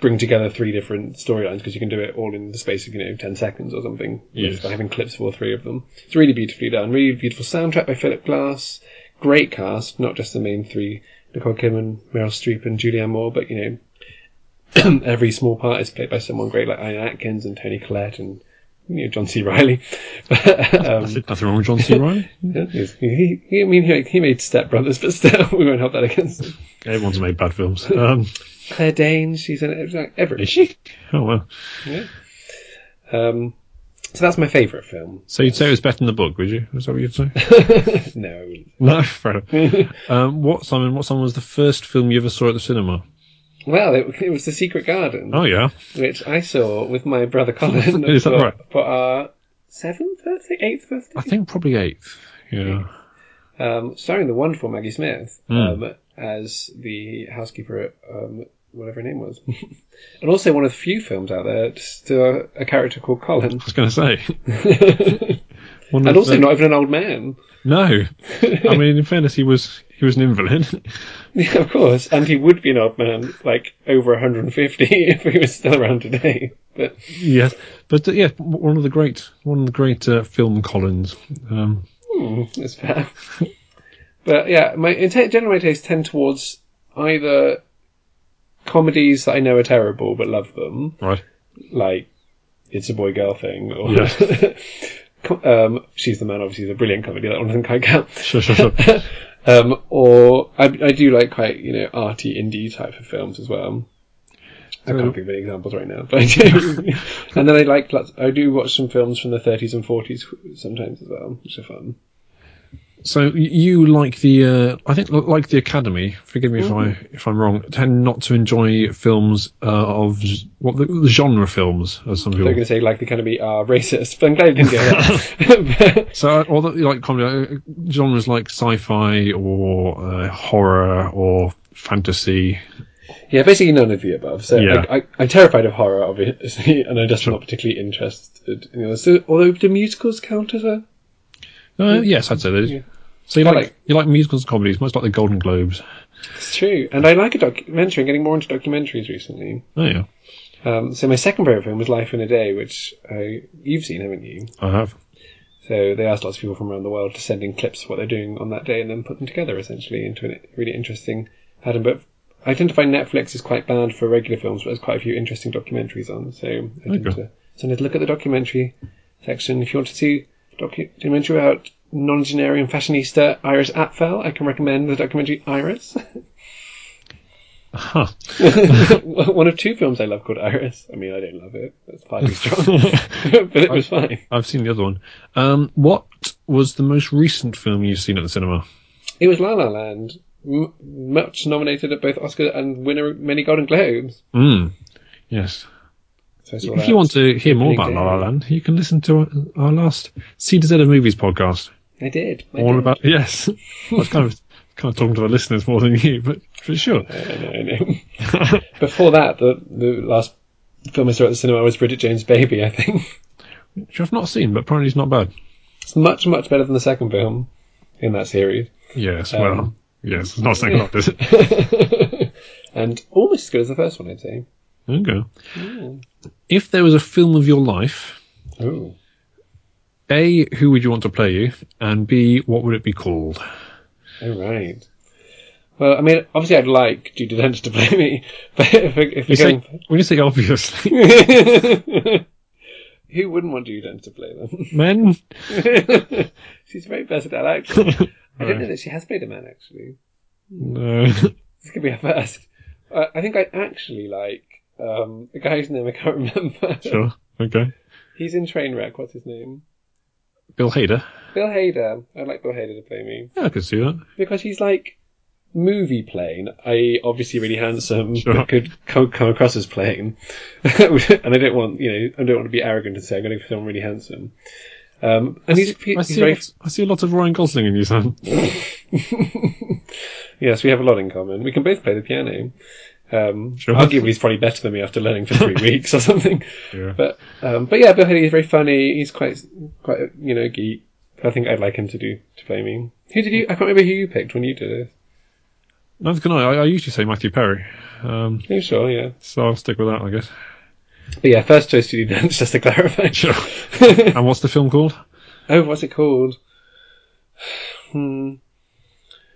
Speaker 1: bring together three different storylines because you can do it all in the space of, you know, 10 seconds or something
Speaker 2: Yes.
Speaker 1: just by having clips of all three of them. It's really beautifully done. Really beautiful soundtrack by Philip Glass. Great cast, not just the main three, Nicole Kidman, Meryl Streep and Julianne Moore, but, you know, (clears throat) every small part is played by someone great like Ian Atkins and Tony Collette and, you know, John C. (laughs) Riley. um,
Speaker 2: Nothing wrong with John C.
Speaker 1: (laughs)
Speaker 2: Riley.
Speaker 1: yeah, he's- he, he, I mean, he, he made Step Brothers, but still, (laughs) we won't have that against him.
Speaker 2: Everyone's made bad films. Um,
Speaker 1: Claire Danes, she's in it, like, every.
Speaker 2: is she? Oh well.
Speaker 1: Um, so that's my favourite film. (laughs)
Speaker 2: So you'd say it was better than the book, would you? Is that what you'd say?
Speaker 1: No, I wouldn't.
Speaker 2: no, fair enough. Um, what Simon? What Simon was the first film you ever saw at the cinema?
Speaker 1: well, it, it was The Secret Garden,
Speaker 2: Oh yeah.
Speaker 1: which I saw with my brother Colin
Speaker 2: (laughs) Is that
Speaker 1: for,
Speaker 2: right?
Speaker 1: for our seventh birthday, eighth birthday,
Speaker 2: I think probably eighth. Yeah.
Speaker 1: um, starring the wonderful Maggie Smith
Speaker 2: Hmm.
Speaker 1: um, as the housekeeper at um, whatever her name was, (laughs) and also one of the few films out there to a character called Colin,
Speaker 2: I was going
Speaker 1: (laughs)
Speaker 2: to say. One
Speaker 1: and
Speaker 2: of
Speaker 1: also
Speaker 2: the-
Speaker 1: not even an old man.
Speaker 2: no. I mean, in fairness, he was he was an invalid. (laughs)
Speaker 1: Yeah, (laughs) of course. And he would be an old man, like over 150 (laughs) if he was still around today. But
Speaker 2: Yes, but uh, yeah, w- one of the great, one of the great uh, film Collins. Um,
Speaker 1: hmm, it's fair. but yeah, my in ta- generally my tastes tend towards either comedies that I know are terrible but love them,
Speaker 2: right.
Speaker 1: like It's a Boy Girl Thing, or
Speaker 2: Yeah.
Speaker 1: (laughs) co- um, She's the Man, obviously, is a brilliant comedy, that one doesn't quite count.
Speaker 2: Sure, sure, sure.
Speaker 1: Um, or I, I do like quite, you know, arty indie type of films as well. I can't think of any examples right now, but I do. (laughs) and then I like lots, I do watch some films from the 30s and 40s sometimes as well, which are fun.
Speaker 2: so y- you like the, uh, I think li- like the Academy. Forgive me
Speaker 1: Mm-hmm.
Speaker 2: if I if I'm wrong. Tend not to enjoy films uh, of z- what the, the genre films, as some
Speaker 1: They're
Speaker 2: people.
Speaker 1: going to say like the Academy are racist, but I'm glad I didn't get that. (laughs)
Speaker 2: So, uh, although you like comedy, uh, genres like sci-fi or uh, horror or fantasy
Speaker 1: Yeah, basically none of the above. So
Speaker 2: Yeah.
Speaker 1: I, I, I'm terrified of horror, obviously, (laughs) and I'm just not particularly interested in the others. So, although do musicals count as well?
Speaker 2: Uh, yes, I'd say those.
Speaker 1: Yeah.
Speaker 2: So you
Speaker 1: I
Speaker 2: like,
Speaker 1: like-
Speaker 2: you like musicals and comedies, much like the Golden Globes.
Speaker 1: It's true, and I like a documentary. I'm getting more into documentaries recently.
Speaker 2: Oh yeah,
Speaker 1: Um, so my second favorite film was Life in a Day, which I, you've seen, haven't you?
Speaker 2: I have.
Speaker 1: So they asked lots of people from around the world to send in clips of what they're doing on that day and then put them together essentially into a really interesting pattern. But I tend to find Netflix is quite bad for regular films, but there's quite a few interesting documentaries on. So I tend
Speaker 2: Okay.
Speaker 1: to so I need to look at the documentary section. If you want to see docu- documentary about non-generian fashionista Iris Apfel, I can recommend the documentary Iris.
Speaker 2: Huh.
Speaker 1: (laughs) One of two films I love called Iris. I mean, I don't love it. That's far too
Speaker 2: (laughs)
Speaker 1: strong, (laughs) but it was fine.
Speaker 2: I've seen the other one. Um, what was the most recent film you've seen at the cinema?
Speaker 1: It was La La Land, m- much nominated at both Oscar and winner many Golden Globes.
Speaker 2: Mm. Yes.
Speaker 1: So I saw
Speaker 2: if
Speaker 1: that.
Speaker 2: you want to hear more about
Speaker 1: Opening
Speaker 2: La La
Speaker 1: day.
Speaker 2: Land, you can listen to our, our last C to Z of Movies podcast.
Speaker 1: I did. I
Speaker 2: All
Speaker 1: did.
Speaker 2: about (laughs) yes. I was kind of kind of talking to the listeners more than you, but for sure.
Speaker 1: I know, I know. (laughs) Before that, the the last film I saw at the cinema was Bridget Jones' Baby. I think (laughs)
Speaker 2: Which I've not seen, but apparently it's not bad.
Speaker 1: it's much much better than the second film in that series,
Speaker 2: Yes,
Speaker 1: Um,
Speaker 2: well, yes, it's not second up, is it?
Speaker 1: and almost as good as the first one. I'd say.
Speaker 2: Okay. If there was a film of your life,
Speaker 1: Ooh.
Speaker 2: A, who would you want to play you? And B, what would it be called?
Speaker 1: All right. Well, I mean, obviously, I'd like Judy Dench to (laughs) play me, but if, we- if
Speaker 2: You
Speaker 1: we're
Speaker 2: say,
Speaker 1: going,
Speaker 2: when you say obviously, (laughs)
Speaker 1: (laughs) who wouldn't want Judy Dench to play them?
Speaker 2: men?
Speaker 1: (laughs) She's very versatile actress. I don't know that she has played a man actually.
Speaker 2: No.
Speaker 1: This could be her first. Uh, I think I actually like um, the guy whose name I can't (laughs) remember.
Speaker 2: (laughs) sure. Okay.
Speaker 1: He's in Trainwreck. What's his name?
Speaker 2: Bill Hader.
Speaker 1: Bill Hader. I'd like Bill Hader to play me
Speaker 2: Yeah, I could see that.
Speaker 1: because he's like movie plain, i.e., obviously really handsome,
Speaker 2: Sure.
Speaker 1: but could come, come across as plain. (laughs) and I don't want you know I don't want to be arrogant and say I'm going to someone really handsome. Um, and he's,
Speaker 2: I
Speaker 1: he's
Speaker 2: see, a
Speaker 1: very
Speaker 2: lot, I see a lot of Ryan Gosling in you, Sam.
Speaker 1: Yes, we have a lot in common. We can both play the piano. Um,
Speaker 2: Sure.
Speaker 1: Arguably, he's probably better than me after learning for
Speaker 2: (laughs)
Speaker 1: three weeks or something.
Speaker 2: Yeah.
Speaker 1: But um, but yeah, Bill Haley is very funny. He's quite quite a, you know geek. I think I'd like him to do to play me. Who did you? I can't remember who you picked when you did it.
Speaker 2: Neither can I. I. I usually say Matthew Perry. Um,
Speaker 1: Are you Oh, sure? Yeah.
Speaker 2: so I'll stick with that, I guess.
Speaker 1: But yeah, first choice to do dance, (laughs) just to clarify. (laughs)
Speaker 2: Sure. and what's the film called?
Speaker 1: Oh, what's it called? (sighs) Hmm.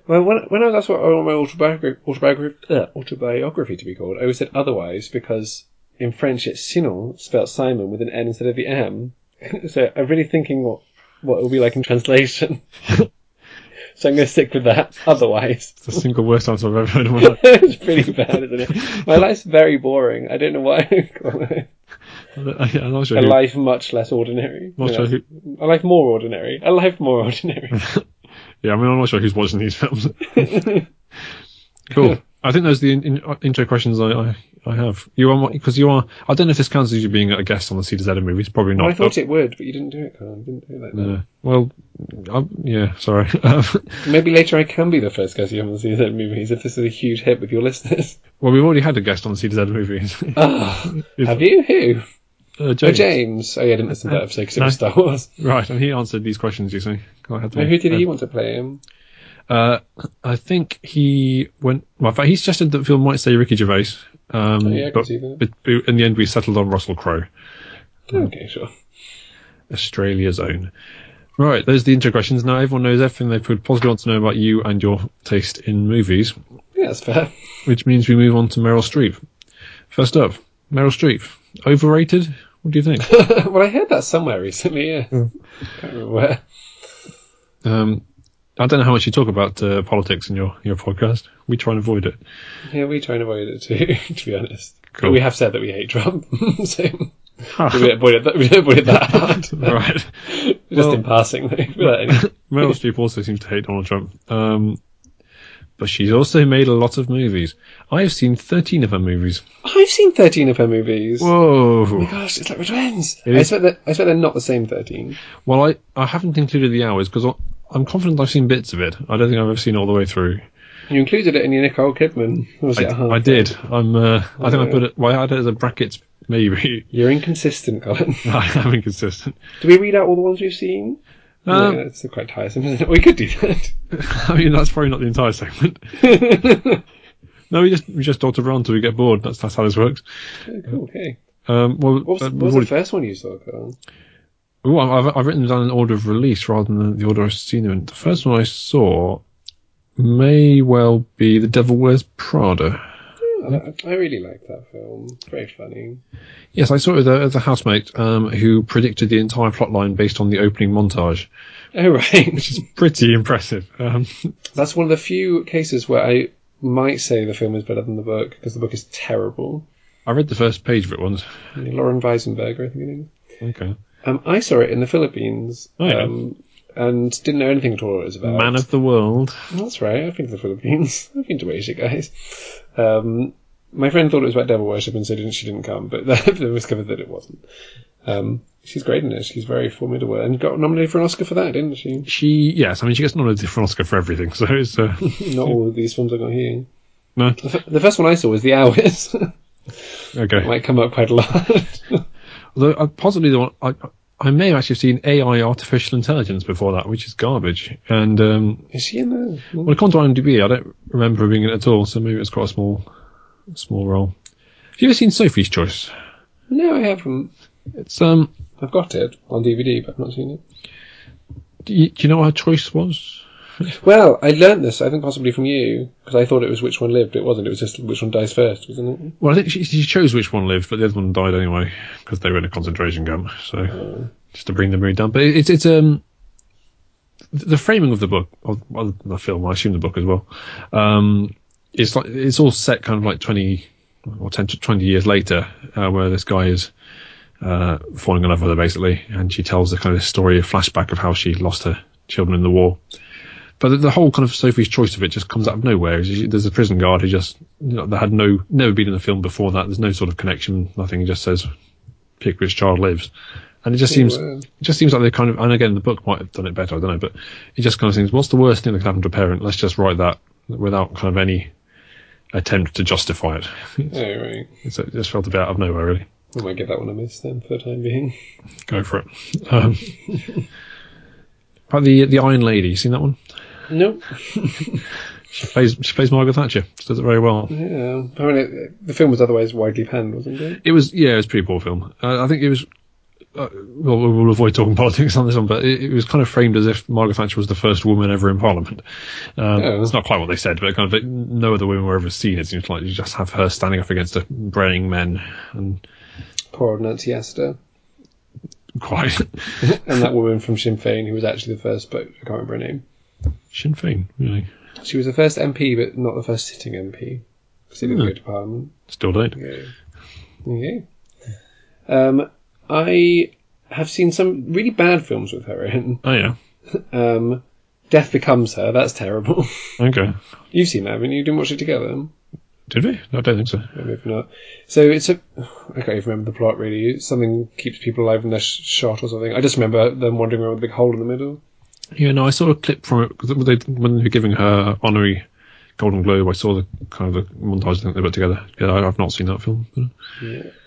Speaker 1: Well, when, when I was asked what I want my autobiography, autobiography, uh, autobiography to be called, I always said otherwise because in French it's Sinon, spelled Simon with an N instead of the M. (laughs) so I'm really thinking what, what it will be like in translation. (laughs) so I'm going to stick with that, otherwise. (laughs)
Speaker 2: It's the single worst answer I've ever heard in my life.
Speaker 1: it's pretty bad, isn't it? My life's very boring. I don't know why I call it
Speaker 2: I- I'm not sure.
Speaker 1: a
Speaker 2: Who,
Speaker 1: life much less ordinary.
Speaker 2: not
Speaker 1: No,
Speaker 2: sure who,
Speaker 1: a life more ordinary. A life more (laughs) ordinary.
Speaker 2: yeah, I mean, I'm not sure who's watching these
Speaker 1: (laughs)
Speaker 2: films. cool. I think those are the in, in, intro questions I, I, I have. You are because you are. I don't know if this counts as you being a guest on the C to Z movies. Probably not.
Speaker 1: Well, I thought
Speaker 2: but-
Speaker 1: it would, but you didn't do it, Carl. You didn't do it like that.
Speaker 2: Yeah. well, I, yeah. Sorry. (laughs)
Speaker 1: Maybe later I can be the first guest you haven't seen that movies if this is a huge hit with your listeners.
Speaker 2: well, we've already had a guest on the C to Z movies.
Speaker 1: Oh,
Speaker 2: Is-
Speaker 1: have you? Who?
Speaker 2: (laughs) Uh, James.
Speaker 1: Oh, James. Oh, yeah, I didn't listen to that episode because it was Star
Speaker 2: (laughs)
Speaker 1: Wars.
Speaker 2: Right, and he answered these questions. You see, I had
Speaker 1: Now,
Speaker 2: them.
Speaker 1: who did he want to play him?
Speaker 2: Uh, I think he went. Well, in fact, he suggested that the film might say Ricky Gervais. Um,
Speaker 1: Oh, yeah, I can
Speaker 2: but,
Speaker 1: see that.
Speaker 2: but but in the end, we settled on Russell Crowe,
Speaker 1: Okay, sure.
Speaker 2: Australia's own. Right, those are the intro questions. Now everyone knows everything they could possibly want to know about you and your taste in movies,
Speaker 1: Yeah, that's fair. (laughs)
Speaker 2: which means we move on to Meryl Streep. First up, Meryl Streep, overrated. What do
Speaker 1: (laughs)
Speaker 2: you think?
Speaker 1: well, I heard that somewhere recently, yeah.
Speaker 2: Hmm.
Speaker 1: can't remember where.
Speaker 2: um, I don't know how much you talk about uh, politics in your, your podcast. We try and
Speaker 1: (laughs)
Speaker 2: avoid it.
Speaker 1: Yeah, we try and avoid it too, (laughs) to be honest.
Speaker 2: Cool.
Speaker 1: But we have said that we hate Trump, (laughs) so we don't
Speaker 2: (laughs)
Speaker 1: avoid it that, we don't avoid it that hard.
Speaker 2: right. (laughs)
Speaker 1: Just in passing, though. (laughs) without any-
Speaker 2: Meryl Streep also seems to hate Donald Trump. Um, but she's also made a lot of movies. I have seen 13 of her movies.
Speaker 1: I've seen 13 of her movies. Oh
Speaker 2: Whoa.
Speaker 1: my gosh, it's like we're twins.
Speaker 2: It
Speaker 1: I
Speaker 2: is.
Speaker 1: expect, that, I expect they're not the same 13.
Speaker 2: Well, I, I haven't included the hours because I'm confident I've seen bits of it. I don't think I've ever seen all the way through.
Speaker 1: You included it in your Nicole Kidman. Or Was
Speaker 2: I,
Speaker 1: it Uh-huh. half?
Speaker 2: I did. I'm. Uh, I think I
Speaker 1: Yeah.
Speaker 2: put it. Well, I had it as a brackets. Maybe (laughs)
Speaker 1: You're inconsistent, Colin. (laughs)
Speaker 2: I'm inconsistent.
Speaker 1: Do we read out all the ones we've seen?
Speaker 2: Um,
Speaker 1: no, that's quite tiresome, isn't it? We could do that. (laughs)
Speaker 2: (laughs) I mean, that's probably not the entire segment. no, we just we just dodge around till we get bored. That's that's how this works.
Speaker 1: okay.
Speaker 2: Um, well,
Speaker 1: Oh, What was,
Speaker 2: uh,
Speaker 1: what
Speaker 2: we've
Speaker 1: was the
Speaker 2: already-
Speaker 1: first one you saw, Colin?
Speaker 2: Ooh, I've, I've written them down in order of release rather than the order I've seen them in. The first one I saw may well be The Devil Wears Prada.
Speaker 1: Oh, I I really like that film. It's Very funny.
Speaker 2: Yes, I saw it with a, with a housemate um, who predicted the entire plotline based on the opening montage.
Speaker 1: Oh, (laughs) right.
Speaker 2: Pretty impressive. Um,
Speaker 1: That's one of the few cases where I might say the film is better than the book, because the book is terrible.
Speaker 2: I read the first page of it once.
Speaker 1: Lauren Weisenberger, I think it is.
Speaker 2: Okay.
Speaker 1: Um, I saw it in the Philippines.
Speaker 2: Oh, yeah.
Speaker 1: um, and didn't know anything at all what it was about.
Speaker 2: Man of the World.
Speaker 1: That's right. I've been to the Philippines. (laughs) I've been to Asia, guys. Um, my friend thought it was about devil worship, and so didn't, she didn't come. But (laughs) then we discovered that it wasn't. Um, she's great in it. She's very formidable, and got nominated for an Oscar for that, didn't she? (laughs)
Speaker 2: She, yes, I mean, she gets nominated for an Oscar for everything, so it's, uh, (laughs)
Speaker 1: Not all of these films I got here.
Speaker 2: no,
Speaker 1: The f- the first one I saw was The Hours. (laughs)
Speaker 2: okay.
Speaker 1: Might come up quite a lot. (laughs)
Speaker 2: Although, uh, possibly the one, I, I may have actually seen AI Artificial Intelligence before that, which is garbage. And, um,
Speaker 1: Is she in there?
Speaker 2: when it comes to IMDb, I don't remember her being in it at all, so maybe it's quite a small, small role. Have you ever seen Sophie's Choice?
Speaker 1: No, I haven't.
Speaker 2: It's, um,
Speaker 1: I've got it on DVD, but I've not seen it.
Speaker 2: do you, do you know what her choice was?
Speaker 1: Well, I learned this, I think possibly from you, because I thought it was which one lived. It wasn't. It was just which one dies first, wasn't it?
Speaker 2: Well, I think she, she chose which one lived, but the other one died anyway because they were in a concentration camp. So just to bring the mood down. But it- it's it's um th- the framing of the book of well, the film, I assume the book as well. Um, it's like it's all set kind of like twenty or ten to twenty years later, uh, where this guy is. Uh, falling in love with her basically, and she tells the kind of story, a flashback of how she lost her children in the war. But the, the whole kind of Sophie's choice of it just comes out of nowhere. It's just- There's a prison guard who just you know, that had no never been in the film before that. There's no sort of connection, nothing. He just says, "Pick which child lives," and it just seems
Speaker 1: wow.
Speaker 2: it just seems like they kind of. And again, the book might have done it better. I don't know, but it just kind of seems, what's the worst thing that could happen to a parent? Let's just write that without kind of any attempt to justify it.
Speaker 1: Oh, right.
Speaker 2: It's- it just felt a bit out of nowhere, really.
Speaker 1: We might give that one a miss then for the time being.
Speaker 2: Go for it. (laughs) Um, but the the Iron Lady, you seen that one?
Speaker 1: Nope.
Speaker 2: She plays she plays Margaret Thatcher. She does it very well.
Speaker 1: Yeah. I mean, it, the film was otherwise widely panned, wasn't it?
Speaker 2: It was yeah, it was a pretty poor film. Uh, I think it was. Uh, well, we'll avoid talking (laughs) politics on this one, but it, it was kind of framed as if Margaret Thatcher was the first woman ever in Parliament. Um,
Speaker 1: Oh.
Speaker 2: It's not quite what they said, but kind of like, no other women were ever seen. It seems like you just have her standing up against the braying men and
Speaker 1: Poor old Nancy Astor.
Speaker 2: (laughs) quite
Speaker 1: And that woman from Sinn Féin who was actually the first, but I can't remember her name.
Speaker 2: Sinn Fein. Really,
Speaker 1: She was the first MP, but not the first sitting MP. Because she didn't
Speaker 2: Hmm.
Speaker 1: go to Parliament.
Speaker 2: still don't.
Speaker 1: Okay. Okay. Um, I have seen some really bad films with her in.
Speaker 2: Oh yeah,
Speaker 1: Um, Death Becomes Her. That's terrible. (laughs)
Speaker 2: okay.
Speaker 1: You've seen that, haven't you? You didn't watch it together?
Speaker 2: Did we? I don't think so.
Speaker 1: Or maybe not. So it's a. (sighs) I can't even remember the plot really. Something keeps people alive when they're sh- shot or something. I just remember them wandering around with a big hole in the middle.
Speaker 2: Yeah, no, I saw a clip from it 'cause they, when they were giving her honorary Golden Globe. I saw the kind of the montage thing they put together. Yeah, I, I've not seen that film.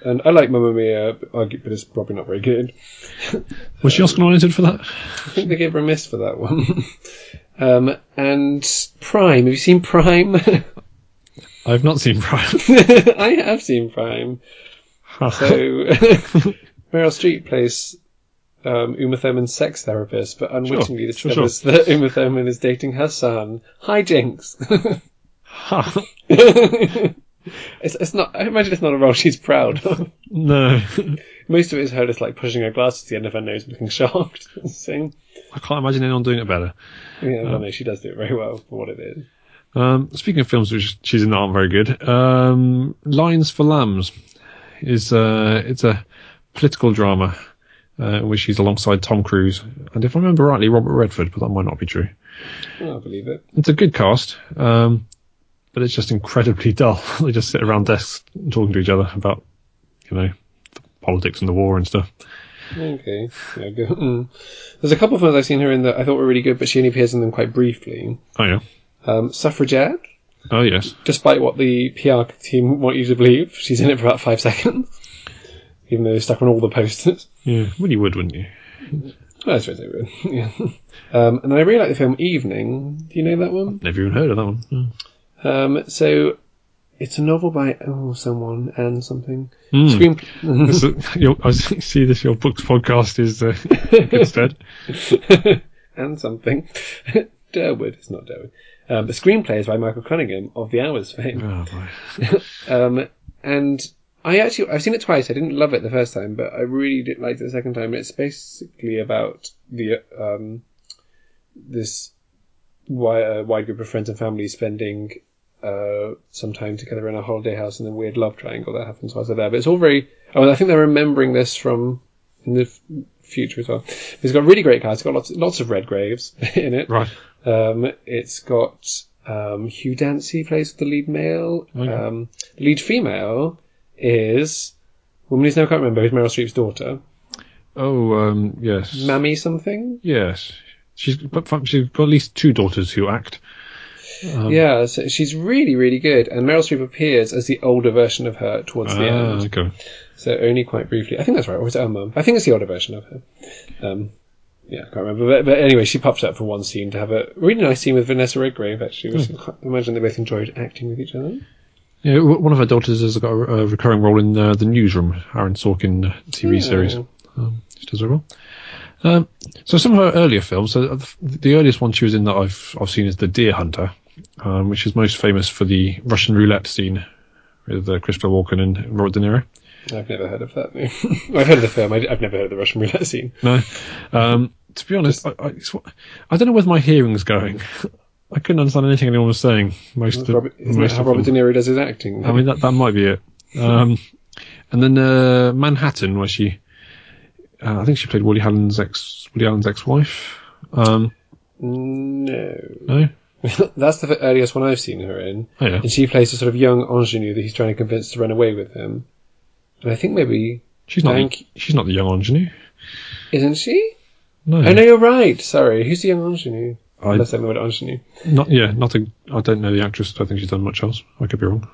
Speaker 1: And I like Mamma Mia, but I get- but it's probably not very good. (laughs)
Speaker 2: Was she Oscar nominated for that?
Speaker 1: I think they gave her a miss for that one. (laughs) um, and Prime. Have you seen Prime? (laughs)
Speaker 2: I've not seen Prime. (laughs)
Speaker 1: I have seen Prime. So (laughs) Meryl Streep plays. Um, Uma Thurman's sex therapist, but unwittingly
Speaker 2: sure, sure.
Speaker 1: discovers that Uma Thurman is dating her son. Hi, (laughs) Jinx. it's, (laughs) it's not. I imagine it's not a role she's proud of. (laughs)
Speaker 2: no,
Speaker 1: Most of it is her just like pushing her glasses to the end of her nose, and looking shocked. (laughs) Saying,
Speaker 2: I can't imagine anyone doing it better.
Speaker 1: "Yeah, well, no, she does do it very well for what it is."
Speaker 2: Um, speaking of films which she's in that aren't very good, um, Lines for Lambs is uh, it's a political drama uh, which he's alongside Tom Cruise and, if I remember rightly, Robert Redford, but that might not be true.
Speaker 1: Well, "Oh, I believe it.
Speaker 2: It's a good cast, um, but it's just incredibly (laughs) dull. they just sit around desks talking to each other about, you know, politics and the war and stuff.
Speaker 1: Okay. Yeah, go. Mm. There's a couple of films I've seen her in that I thought were really good, but she only appears in them quite briefly.
Speaker 2: Oh yeah.
Speaker 1: Um, Suffragette,
Speaker 2: Oh yes.
Speaker 1: despite what the PR team want you to believe, she's in it for about five seconds, (laughs) even though it's stuck on all the posters. (laughs)
Speaker 2: Yeah. Well, you would, wouldn't you?
Speaker 1: Well, I suppose they would. (laughs) yeah. Um, and I really like the film Evening. Do you know that one?
Speaker 2: Never even heard of that one. Mm.
Speaker 1: Um, so it's a novel by oh someone and something.
Speaker 2: Mm.
Speaker 1: Screen.
Speaker 2: (laughs) This is- your- I see this. Your books podcast is (laughs) uh, good stead.
Speaker 1: and something. (laughs) Durwood, it's not Durwood. Um, the screenplay is by Michael Cunningham of The Hours fame.
Speaker 2: Oh, boy.
Speaker 1: Um, and I actually, I've seen it twice. I didn't love it the first time, but I really did like it the second time. It's basically about the, um, this wide, uh, wide group of friends and family spending, uh, some time together in a holiday house and the weird love triangle that happens whilst they're there. But it's all very, oh, and I think they're remembering this from in the f- future as well. It's got a really great cast. It's got lots, lots of red graves (laughs) in it.
Speaker 2: Right.
Speaker 1: Um, it's got um, Hugh Dancy plays the lead male.
Speaker 2: Okay.
Speaker 1: Um, the lead female is a woman who's now I can't remember who's Meryl Streep's daughter,
Speaker 2: Oh um, yes.
Speaker 1: Mammy something.
Speaker 2: yes. She's but fun- she's got at least two daughters who act. Um,
Speaker 1: Yeah, so she's really really good, and Meryl Streep appears as the older version of her towards the
Speaker 2: Ah,
Speaker 1: end.
Speaker 2: okay.
Speaker 1: So only quite briefly. I think that's right. Or was it her mum? I think it's the older version of her. Um, yeah, I can't remember. But, but anyway, she pops up for one scene to have a really nice scene with Vanessa Redgrave. Actually, which I imagine they both enjoyed acting with each other.
Speaker 2: Yeah, w- one of her daughters has got a, a recurring role in uh, the Newsroom, Aaron Sorkin uh, TV series.
Speaker 1: Oh.
Speaker 2: Um, she does very well. Um, so some of her earlier films. So the, the earliest one she was in that I've I've seen is The Deer Hunter, um, which is most famous for the Russian roulette scene with uh, Christopher Walken and Robert De Niro.
Speaker 1: I've never heard of that. no. (laughs) I've heard of the film. I, have never heard of the Russian (laughs) roulette scene.
Speaker 2: No. Um, to be honest, I, I, it's, what- I don't know where my hearing's going. (laughs) I couldn't understand anything anyone was saying. Most of,
Speaker 1: Robert, isn't that
Speaker 2: most
Speaker 1: how
Speaker 2: of
Speaker 1: Robert De
Speaker 2: them.
Speaker 1: Niro does his acting?
Speaker 2: I mean, that that might be it. Um, and then uh, Manhattan, where she, uh, I think she played Woody Allen's ex Woody Allen's ex-wife. Um,
Speaker 1: no, (laughs)
Speaker 2: no,
Speaker 1: that's the earliest one I've seen her in,
Speaker 2: oh, yeah.
Speaker 1: and she plays a sort of young ingenue that he's trying to convince to run away with him. And I think maybe
Speaker 2: she's not.
Speaker 1: Thank
Speaker 2: The, she's not the young ingenue.
Speaker 1: isn't she?
Speaker 2: No,
Speaker 1: Oh no, you're right. Sorry, who's the young ingenue?
Speaker 2: I-
Speaker 1: Let's say the word ingenue.
Speaker 2: not yeah, not a. I don't know the actress. I don't think she's done much else. I could be wrong.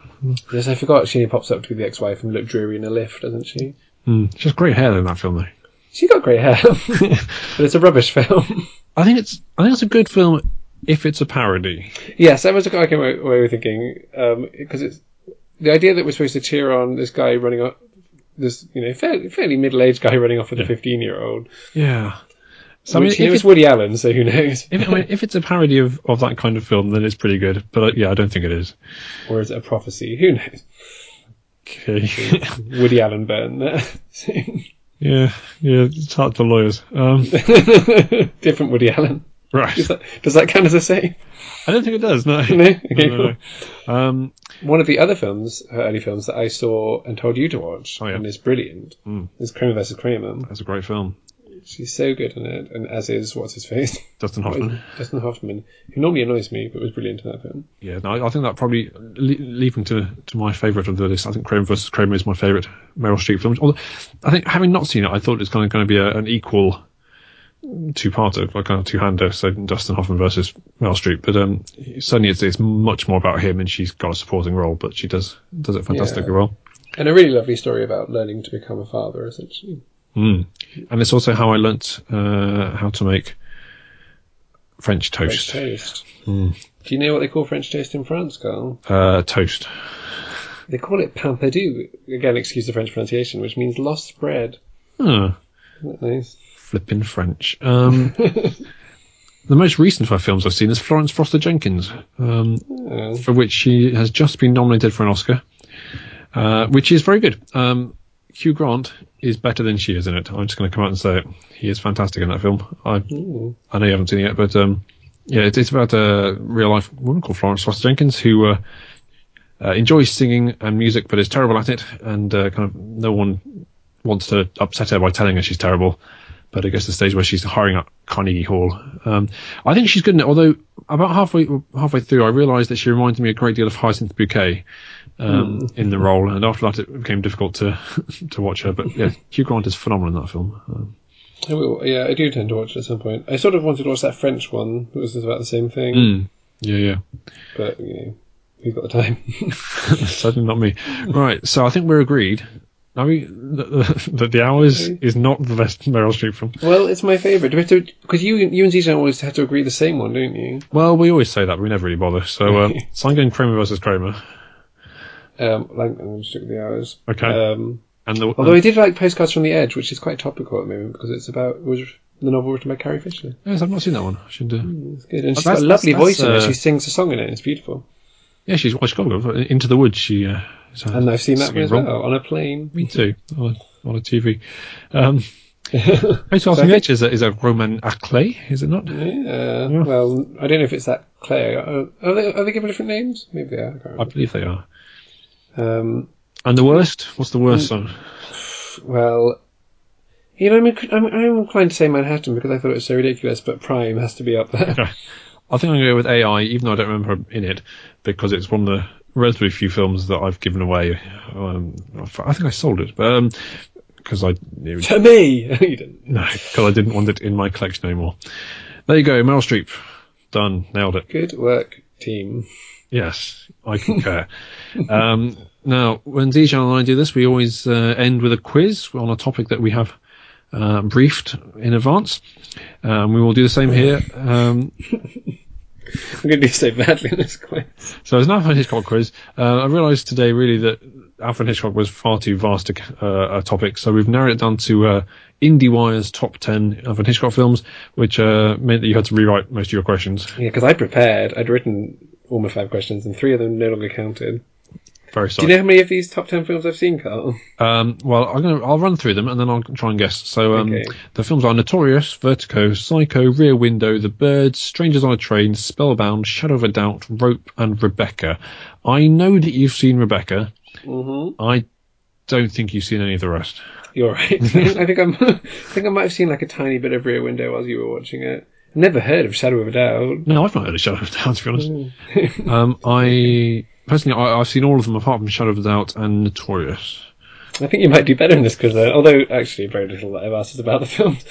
Speaker 1: Yes, I forgot. She only pops up to be the ex-wife and look dreary in a lift, doesn't she?
Speaker 2: Hmm. She has great hair in that film, though.
Speaker 1: She's got great hair, (laughs) but it's a rubbish film.
Speaker 2: I think it's. I think it's a good film if it's a parody.
Speaker 1: Yes, that was what I came away away with thinking because it's the idea that we're supposed to cheer on this guy running off, this you know fairly, fairly middle-aged guy running off with a fifteen-year-old.
Speaker 2: Yeah. So
Speaker 1: I
Speaker 2: I mean,
Speaker 1: mean,
Speaker 2: if,
Speaker 1: it was
Speaker 2: it,
Speaker 1: Woody Allen, so who knows?
Speaker 2: if, it- I mean, if it's a parody of, of that kind of film, then it's pretty good. But uh, yeah, I don't think it is.
Speaker 1: Or is it a prophecy? Who knows?
Speaker 2: Okay.
Speaker 1: Woody Allen burn there. (laughs)
Speaker 2: yeah, yeah, it's hard for lawyers.
Speaker 1: (laughs)
Speaker 2: Um,
Speaker 1: Different Woody Allen.
Speaker 2: right.
Speaker 1: Does that, does that count as a say?
Speaker 2: I don't think it does. No.
Speaker 1: (laughs) No? Okay,
Speaker 2: no, no. Um,
Speaker 1: One of the other films, her early films that I saw and told you to watch,
Speaker 2: Oh, yeah.
Speaker 1: and is brilliant,
Speaker 2: Mm.
Speaker 1: is Kramer versus Kramer.
Speaker 2: that's a great film.
Speaker 1: She's so good in it, and as is what's his face.
Speaker 2: Dustin
Speaker 1: Oh,
Speaker 2: Hoffman.
Speaker 1: Dustin Hoffman, who normally annoys me, but was brilliant in that film.
Speaker 2: Yeah, no, I- I think that probably le- leaving to to my favourite of the list. I think Kramer versus Kramer is my favourite Meryl Streep film. Although, I think having not seen it, I thought it's kind of going to be a, an equal two-parter, like kind of two-hander. So Dustin Hoffman versus Meryl Streep, but um, certainly it's it's much more about him, and she's got a supporting role, but she does does it fantastically
Speaker 1: Yeah.
Speaker 2: well.
Speaker 1: And a really lovely story about learning to become a father, essentially.
Speaker 2: Mm. And it's also how I learnt uh, how to make French
Speaker 1: French
Speaker 2: toast.
Speaker 1: toast. Do you know what they call French toast in France, Carl?
Speaker 2: Uh, toast.
Speaker 1: They call it pampadou. Again, excuse the French pronunciation, which means lost bread.
Speaker 2: Huh.
Speaker 1: Isn't that nice?
Speaker 2: flipping French. Um, the most recent of her films I've seen is Florence Foster Jenkins, um,
Speaker 1: Oh,
Speaker 2: for which she has just been nominated for an Oscar, uh, which is very good. Um, Hugh Grant is better than she is in it. I'm just going to come out and say it. He is fantastic in that film. I
Speaker 1: ooh.
Speaker 2: I know you haven't seen it yet, but um, yeah, it's, it's about a real life woman called Florence Foster Jenkins who uh, uh, enjoys singing and music but is terrible at it, and uh, kind of no one wants to upset her by telling her she's terrible. But I guess the stage where she's hiring at Carnegie Hall. Um, I think she's good in it. Although about halfway halfway through, I realised that she reminded me a great deal of Hyacinth Bouquet um, in the role, and after that, it became difficult to (laughs) to watch her. But yeah, Hugh Grant is phenomenal in that film. Um,
Speaker 1: I will, yeah, I do tend to watch it at some point. I sort of wanted to watch that French one, that was about the same thing,
Speaker 2: yeah, (laughs) yeah.
Speaker 1: but you know, who's got the time? (laughs)
Speaker 2: Certainly not me. Right, so I think we're agreed. Are we that the, (laughs) the hours
Speaker 1: Okay.
Speaker 2: is not the best Meryl Streep film?
Speaker 1: well, it's my favourite. Do we have to because you you and Zijan always have to agree the same one, don't you?
Speaker 2: Well, we always say that, but we never really bother. So, (laughs) uh, so I'm going Kramer versus Kramer.
Speaker 1: Um, like, I'm going to stick with the hours.
Speaker 2: Okay.
Speaker 1: Um,
Speaker 2: And the,
Speaker 1: although I did like Postcards from the Edge, which is quite topical at the moment because it's about was the novel written by Carrie Fisher.
Speaker 2: um, yes, I've not seen that one. I should. Uh,
Speaker 1: It's good, and she's
Speaker 2: that's-
Speaker 1: got a lovely
Speaker 2: that's-
Speaker 1: voice in it.
Speaker 2: that's, uh,
Speaker 1: She sings a song in it. It's beautiful.
Speaker 2: Yeah, she's well, she's got a- Into the Woods. She uh, is, uh,
Speaker 1: And I've seen that one
Speaker 2: singing
Speaker 1: as
Speaker 2: wrong.
Speaker 1: well on a plane.
Speaker 2: Me too on a, on a TV.
Speaker 1: (laughs)
Speaker 2: Um,
Speaker 1: yeah.
Speaker 2: Postcards
Speaker 1: So
Speaker 2: from
Speaker 1: I
Speaker 2: the Edge is a, is a Roman Aclay, is it not?
Speaker 1: Uh, Well, I don't know if it's that Claire. Are, are they are they given different names? Maybe they are. I
Speaker 2: I
Speaker 1: can't
Speaker 2: believe they are.
Speaker 1: remember. Um,
Speaker 2: And the worst? What's the
Speaker 1: Mm.
Speaker 2: worst song?
Speaker 1: Well, you know, I'm, inc- I'm, I'm inclined to say Manhattan because I thought it was so ridiculous, but Prime has to be up there. (laughs)
Speaker 2: I think I'm going to go with AI, even though I don't remember her in it, because it's one of the relatively few films that I've given away. Um, I think I sold it, but because I it was-
Speaker 1: to me! (laughs) you didn't.
Speaker 2: no, 'cause I didn't want it in my collection anymore. There you go, Meryl Streep, done, nailed it.
Speaker 1: Good work, team. (laughs)
Speaker 2: Yes, I concur. (laughs) um, now, when Zijan and I do this, we always uh, end with a quiz on a topic that we have uh, briefed in advance. Um, we will do the same here. Um,
Speaker 1: I'm going to do so badly in this quiz.
Speaker 2: So as an Alfred Hitchcock quiz, uh, I realised today really that Alfred Hitchcock was far too vast a, c- uh, a topic, so we've narrowed it down to uh, IndieWire's top 10 Alfred Hitchcock films, which uh, meant that you had to rewrite most of your questions.
Speaker 1: Yeah, because I prepared. I'd written all my five questions, and three of them no longer counted.
Speaker 2: Very
Speaker 1: Do
Speaker 2: sorry.
Speaker 1: you know how many of these top ten films I've seen, Carl? (laughs)
Speaker 2: um, well, I'm gonna, I'll run through them and then I'll try and guess. So um,
Speaker 1: Okay.
Speaker 2: the films are Notorious, Vertigo, Psycho, Rear Window, The Birds, Strangers on a Train, Spellbound, Shadow of a Doubt, Rope, and Rebecca. I know that you've seen Rebecca.
Speaker 1: Mm-hmm.
Speaker 2: I don't think you've seen any of the rest.
Speaker 1: You're right. I think I'm. (laughs) I think I might have seen like a tiny bit of Rear Window whilst you were watching it. Never heard of Shadow of a Doubt.
Speaker 2: No, I've not heard of Shadow of a Doubt, to be honest.
Speaker 1: Mm. (laughs)
Speaker 2: um, I personally, I, I've seen all of them apart from Shadow of a Doubt and Notorious.
Speaker 1: I think you might do better in this quiz, though. Although, actually, very little that I've asked is about the films.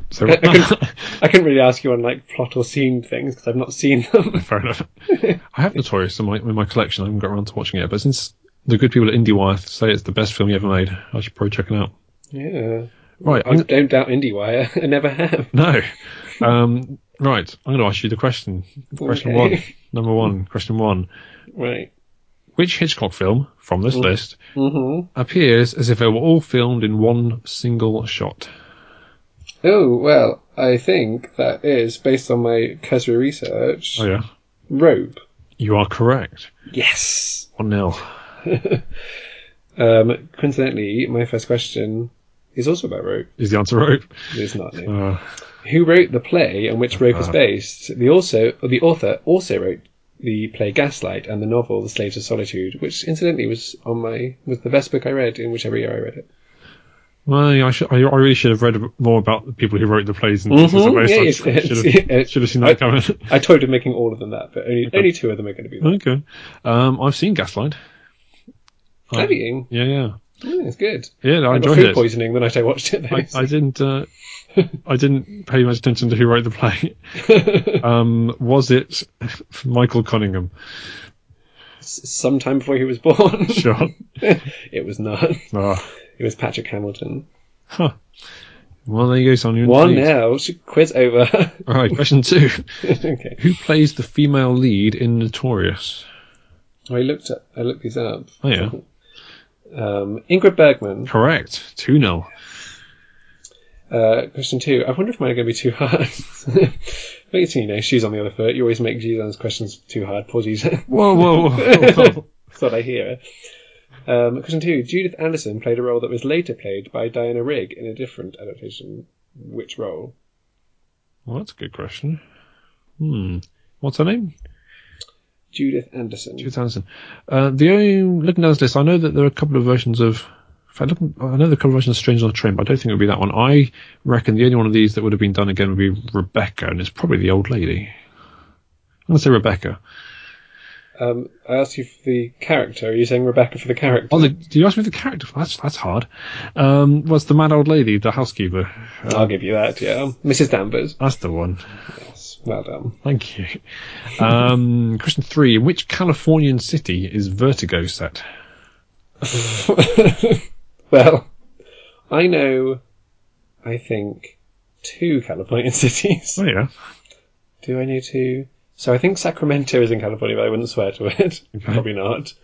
Speaker 1: (laughs)
Speaker 2: So-
Speaker 1: I, I couldn't, I couldn't really ask you on like plot or scene things because I've not seen them. (laughs)
Speaker 2: (laughs) Fair enough. I have Notorious in my, in my collection. I haven't got around to watching it, but since the good people at IndieWire say it's the best film you ever made, I should probably check it out.
Speaker 1: yeah,
Speaker 2: Right,
Speaker 1: I
Speaker 2: I'm,
Speaker 1: don't doubt IndieWire. (laughs) I never have.
Speaker 2: no. Um, right, I'm going to ask you the question. Question
Speaker 1: Okay.
Speaker 2: one, number one. Question one:
Speaker 1: Right.
Speaker 2: Which Hitchcock film from this list
Speaker 1: Mm-hmm.
Speaker 2: appears as if they were all filmed in one single shot?
Speaker 1: Oh well, I think that is based on my cursory research.
Speaker 2: Oh yeah,
Speaker 1: Rope.
Speaker 2: you are correct.
Speaker 1: Yes.
Speaker 2: One 0
Speaker 1: Um, coincidentally, my first question is also about rope.
Speaker 2: is the answer rope.
Speaker 1: It's not. no.
Speaker 2: Uh,
Speaker 1: who wrote the play on which Rope is
Speaker 2: Uh-huh.
Speaker 1: based. The also the author also wrote the play Gaslight and the novel The Slaves of Solitude, which incidentally was on my was the best book I read in whichever year I read it.
Speaker 2: well, yeah, I, should, I, I really should have read more about the people who wrote the plays and
Speaker 1: Mhm,
Speaker 2: pieces of
Speaker 1: yeah,
Speaker 2: based on-
Speaker 1: it's-
Speaker 2: Mm-hmm. should, have,
Speaker 1: it's-
Speaker 2: should have seen that
Speaker 1: I-
Speaker 2: coming.
Speaker 1: I toyed with making all of them that, but only only two of them are going to be. That.
Speaker 2: (laughs) okay, um, I've seen Gaslight. I-
Speaker 1: Have you?
Speaker 2: Yeah, yeah,
Speaker 1: Yeah, it's good.
Speaker 2: yeah. I,
Speaker 1: I, got
Speaker 2: enjoyed
Speaker 1: food
Speaker 2: it.
Speaker 1: poisoning the night I watched it. Though,
Speaker 2: I, I didn't. Uh, I didn't pay much attention to who wrote the play. um, was it (laughs) Michael Cunningham?
Speaker 1: S- sometime before he was (laughs) born,
Speaker 2: Sure.
Speaker 1: it was not.
Speaker 2: Ah,
Speaker 1: It was Patrick Hamilton.
Speaker 2: well, there you go, Son. You're in the
Speaker 1: One
Speaker 2: lead.
Speaker 1: now. Sh- Quiz over. (laughs)
Speaker 2: All right, question two.
Speaker 1: okay.
Speaker 2: Who plays the female lead in Notorious?
Speaker 1: I looked up, I looked these up.
Speaker 2: Oh yeah,
Speaker 1: Um, Ingrid Bergman.
Speaker 2: correct. Two 0
Speaker 1: Uh, question two. I wonder if mine are going to be too hard. (laughs) but you see, you know, she's on the other foot. You always make Jizan's questions too hard. Poor (laughs) Jizan.
Speaker 2: Whoa, whoa, whoa, whoa.
Speaker 1: Thought I hear her. Um, question two. Judith Anderson played a role that was later played by Diana Rigg in a different adaptation. Which role?
Speaker 2: well, that's a good question. Hmm. What's her name?
Speaker 1: Judith Anderson.
Speaker 2: Judith Anderson. Uh, the only looking down this list, I know that there are a couple of versions of If I look, I know the cover version of Strange on a Train, but I don't think it would be that one. I reckon the only one of these that would have been done again would be Rebecca, and it's probably the old lady. I'm going to say Rebecca.
Speaker 1: Um, I asked you for the character. Are you saying Rebecca for the character?
Speaker 2: Oh, the, did you ask me the character? That's that's hard. Um, was the mad old lady, the housekeeper? Uh,
Speaker 1: I'll give you that. Yeah, Mrs. Danvers.
Speaker 2: that's the one.
Speaker 1: Yes, well done.
Speaker 2: Thank you. Um, (laughs) question three: In which Californian city is Vertigo set?
Speaker 1: well, I know. I think two Californian (laughs) cities.
Speaker 2: Oh yeah,
Speaker 1: Do I know two? So I think Sacramento is in California, but I wouldn't swear to it. (laughs) Probably not.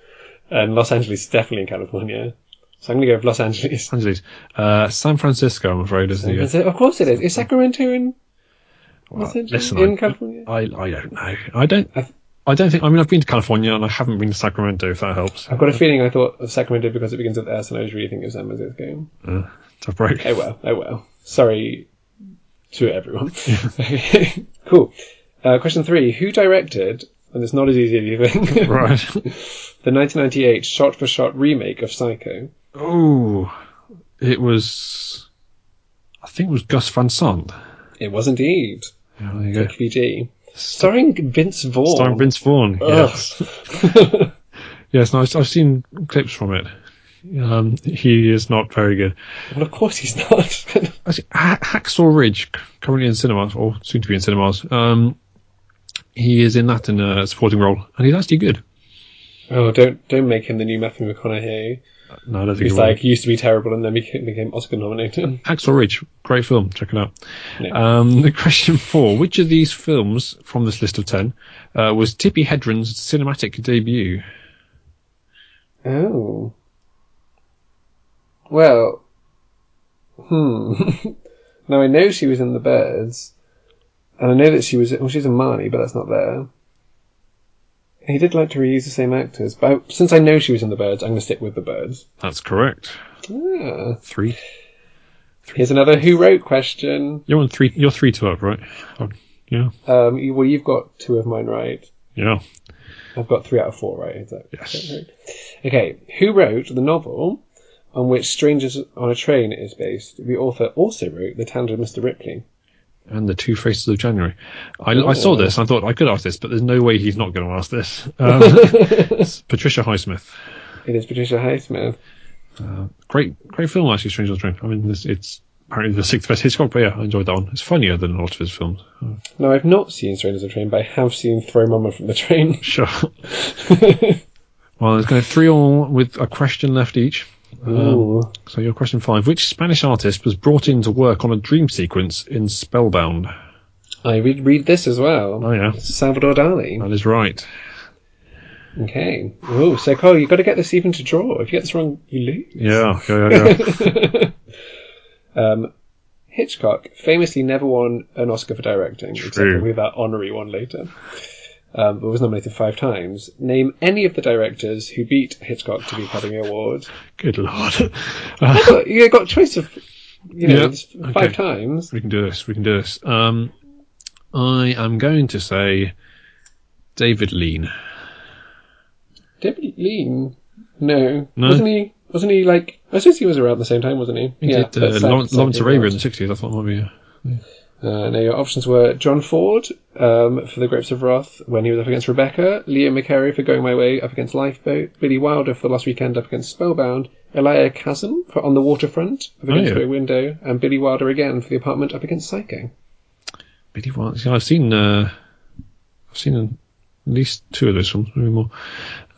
Speaker 1: And Los Angeles is definitely in California. So I'm going to go with Los Angeles.
Speaker 2: Los Angeles. Uh, San Francisco, I'm afraid, is the. uh,
Speaker 1: Is it- of course it is. Is Sacramento in
Speaker 2: well,
Speaker 1: Los Angeles?
Speaker 2: listen,
Speaker 1: in
Speaker 2: I-
Speaker 1: California?
Speaker 2: I, I don't know. I don't.
Speaker 1: I th-
Speaker 2: I don't think. I mean, I've been to California and I haven't been to Sacramento. If that helps.
Speaker 1: I've got a feeling I thought of Sacramento because it begins with S, and I was really thinking of San Francisco.
Speaker 2: Tough break.
Speaker 1: Oh well, oh well. Sorry to everyone. (laughs) Okay, cool. Uh, question three: Who directed? And it's not as easy as you think. (laughs)
Speaker 2: (laughs) Right.
Speaker 1: the 1998 shot-for-shot remake of Psycho.
Speaker 2: oh, it was. I think it was Gus Van Sant.
Speaker 1: It was indeed
Speaker 2: Yeah, there you go.
Speaker 1: VD, starring Vince Vaughn.
Speaker 2: Starring Vince Vaughn.
Speaker 1: Ugh.
Speaker 2: Yes.
Speaker 1: (laughs)
Speaker 2: Yes, no, I've, I've seen clips from it. Um, he is not very good.
Speaker 1: well, of course he's not. (laughs)
Speaker 2: Actually, Ha- Hacksaw Ridge, c- currently in cinemas, or soon to be in cinemas, um, he is in that in a supporting role, and he's actually good.
Speaker 1: oh, don't don't make him the new Matthew McConaughey.
Speaker 2: No, I don't think
Speaker 1: He's
Speaker 2: he
Speaker 1: like used to be terrible and then became, became Oscar nominated.
Speaker 2: will. Hacksaw Ridge, great film, check it out.
Speaker 1: No.
Speaker 2: Um, (laughs) the question four: Which of these films from this list of ten uh, was Tippi Hedren's cinematic debut?
Speaker 1: Oh. Well. Hmm. (laughs) now I know she was in the Birds, and I know that she was. Well, she's in Marnie, but that's not there. He did like to reuse the same actors, but I- since I know she was in the Birds, I'm going to stick with the Birds.
Speaker 2: That's correct.
Speaker 1: Ah.
Speaker 2: Three.
Speaker 1: Here's another who wrote question.
Speaker 2: You're on three. You're three to up, right? Oh, yeah,
Speaker 1: Um, you, well, you've got two of mine right.
Speaker 2: yeah.
Speaker 1: I've got three out of four right. Is that
Speaker 2: Yes.
Speaker 1: Okay, who wrote the novel on which Strangers on a Train is based? The author also wrote The Tandem Mr. Ripley.
Speaker 2: and the Two Faces of January. I, I saw this and I thought I could ask this, but there's no way he's not going to ask this. Um, it's Patricia Highsmith,
Speaker 1: It is Patricia Highsmith.
Speaker 2: great, great film actually. Strange Train. I mean, this, it's apparently the sixth best Hitchcock, but yeah, I enjoyed that one. It's funnier than a lot of his films.
Speaker 1: Now, I've not seen Strangers on a Train, but I have seen Throw Mama from the
Speaker 2: (laughs)
Speaker 1: Train.
Speaker 2: Sure. well, there's going to be three all with a question left each. Uh-huh.
Speaker 1: Ooh.
Speaker 2: So your question five: Which Spanish artist was brought in to work on a dream sequence in Spellbound?
Speaker 1: I read, read this as well.
Speaker 2: Oh yeah,
Speaker 1: Salvador Dali.
Speaker 2: that is right.
Speaker 1: Okay. Oh, so Cole, you've got to get this even to draw. If you get this wrong, you lose.
Speaker 2: Yeah, yeah, yeah. yeah.
Speaker 1: Um, Hitchcock famously never won an Oscar for directing, except
Speaker 2: True.
Speaker 1: probably that honorary one later, um, but was nominated five times. Name any of the directors who beat Hitchcock to the Academy
Speaker 2: (laughs)
Speaker 1: Award.
Speaker 2: Good lord. Uh,
Speaker 1: But you got a choice of, you know,
Speaker 2: Yeah,
Speaker 1: it's five
Speaker 2: okay.
Speaker 1: times.
Speaker 2: We can do this. We can do this. Um, I am going to say David Lean.
Speaker 1: David Lean, no.
Speaker 2: No.
Speaker 1: wasn't he? Wasn't he like? I suppose he was around the same time, wasn't he?
Speaker 2: He did uh,
Speaker 1: that's
Speaker 2: Lawrence-
Speaker 1: Psych-
Speaker 2: Lawrence
Speaker 1: Psycho
Speaker 2: Arabia
Speaker 1: Ward.
Speaker 2: in the 60s. I thought might be.
Speaker 1: Uh, now your options were John Ford um, for The Grapes of Wrath when he was up against Rebecca, Leo McCary for Going My Way up against Lifeboat, Billy Wilder for The Last Weekend up against Spellbound, Elia Chasm for On the Waterfront up against
Speaker 2: Oh, yeah.
Speaker 1: Great Window, and Billy Wilder again for The Apartment up against Psycho.
Speaker 2: Billy Wilder. Yeah, I've seen. Uh, I've seen at least two of those films, maybe more.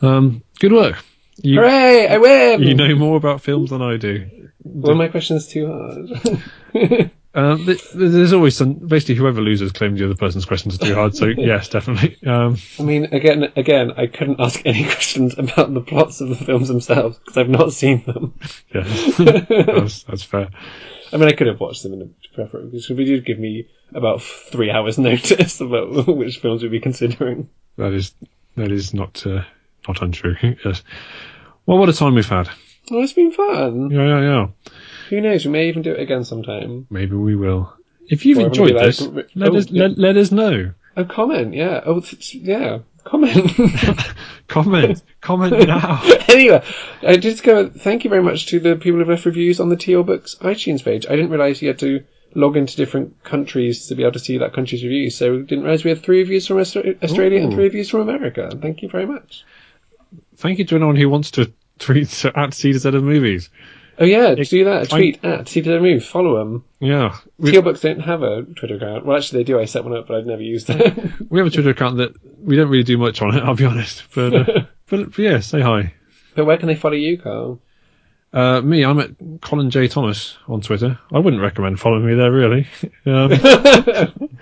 Speaker 2: Um, good work. You,
Speaker 1: Hooray! I win!
Speaker 2: you know more about films than I do.
Speaker 1: Were my questions too hard?
Speaker 2: Uh, th- th- there's always some. Basically, whoever loses claims the other person's questions are too hard.
Speaker 1: (laughs)
Speaker 2: So yes, definitely. Um,
Speaker 1: I mean, again, again, I couldn't (laughs) ask any questions about the plots of the films themselves because I've not seen them.
Speaker 2: yeah, (laughs) that's, that's fair.
Speaker 1: I mean, I could have watched them in a preference because we did give me about three hours (laughs) notice about (laughs) which films we'd be considering.
Speaker 2: That is that is not uh, not untrue. (laughs) yes. Well, what a time we've had.
Speaker 1: Well, it's been fun.
Speaker 2: Yeah, yeah, yeah.
Speaker 1: Who knows? We may even do it again sometime.
Speaker 2: Maybe we will. If you've
Speaker 1: Or
Speaker 2: enjoyed
Speaker 1: everybody
Speaker 2: this,
Speaker 1: like-
Speaker 2: let
Speaker 1: oh,
Speaker 2: us
Speaker 1: yeah.
Speaker 2: let, let us know.
Speaker 1: A comment, yeah. Oh, it's- it's- yeah. Comment. (laughs)
Speaker 2: Comment. Comment now.
Speaker 1: anyway, I just go. Thank you very much to the people who left reviews on the TL Books iTunes page. I didn't realise you had to log into different countries to be able to see that country's reviews. So we didn't realise we had three reviews from Austra- Australia and
Speaker 2: Ooh.
Speaker 1: three reviews from America. And thank you very much.
Speaker 2: Thank you to anyone who wants to tweet to at CZ of Movies.
Speaker 1: Oh yeah, do that.
Speaker 2: I-
Speaker 1: Tweet at see did I move. Follow them.
Speaker 2: Yeah. We,
Speaker 1: TL Books don't have a Twitter account. Well, actually they do. I set one up, but I've never used it.
Speaker 2: we have a Twitter account that we don't really do much on it, (laughs) I'll be honest. But, uh, but, but yeah, say hi.
Speaker 1: but where can they follow you, Carl?
Speaker 2: Uh, me, I'm at Colin J. Thomas on Twitter. I wouldn't recommend following me there, really. (laughs) Um,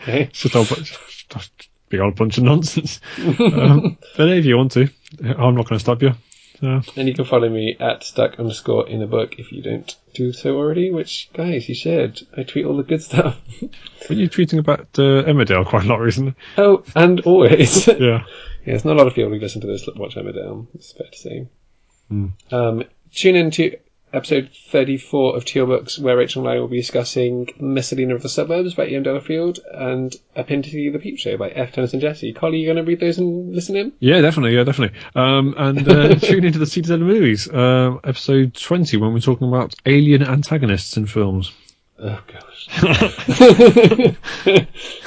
Speaker 1: Okay.
Speaker 2: it's just, a whole bunch, just a big old bunch of nonsense. Um, but if you want to, I'm not going to stop you. So,
Speaker 1: And you can follow me at stuck underscore in a book if you don't do so already. Which guys, you should. I tweet all the good stuff. (laughs)
Speaker 2: were you tweeting about uh, Emmerdale quite a lot recently?
Speaker 1: Oh, and always. (laughs) yeah,
Speaker 2: Yeah.
Speaker 1: there's not a lot of people who listen to this that watch Emmerdale. It's fair to say. Um, tune in to episode 34 of Teal Books, where Rachel and I will be discussing Messalina of the Suburbs by Ian Delafield and Up Into the Peep Show by F. Tennyson Jesse. Collie, you going to read those and listen in?
Speaker 2: Yeah, definitely. Yeah, definitely. Um, and uh, tune into the CDZ movies, um, episode 20, when we're talking about alien antagonists in films.
Speaker 1: Oh, (laughs) gosh. I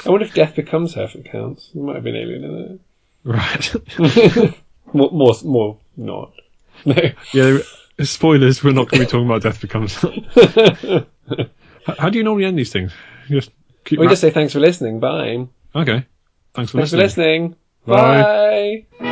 Speaker 1: wonder if Death Becomes Her if it counts. It might have been Alien in it.
Speaker 2: Right. (laughs)
Speaker 1: (laughs) More, more, more not. (laughs) No.
Speaker 2: yeah, spoilers, we're not going to be talking about Death Becomes. (laughs) H- How do you normally end these things? You Just keep
Speaker 1: We
Speaker 2: ra-
Speaker 1: just say thanks for listening. Bye.
Speaker 2: Okay. Thanks for
Speaker 1: Thanks for
Speaker 2: listening.
Speaker 1: listening.
Speaker 2: Bye.
Speaker 1: Bye.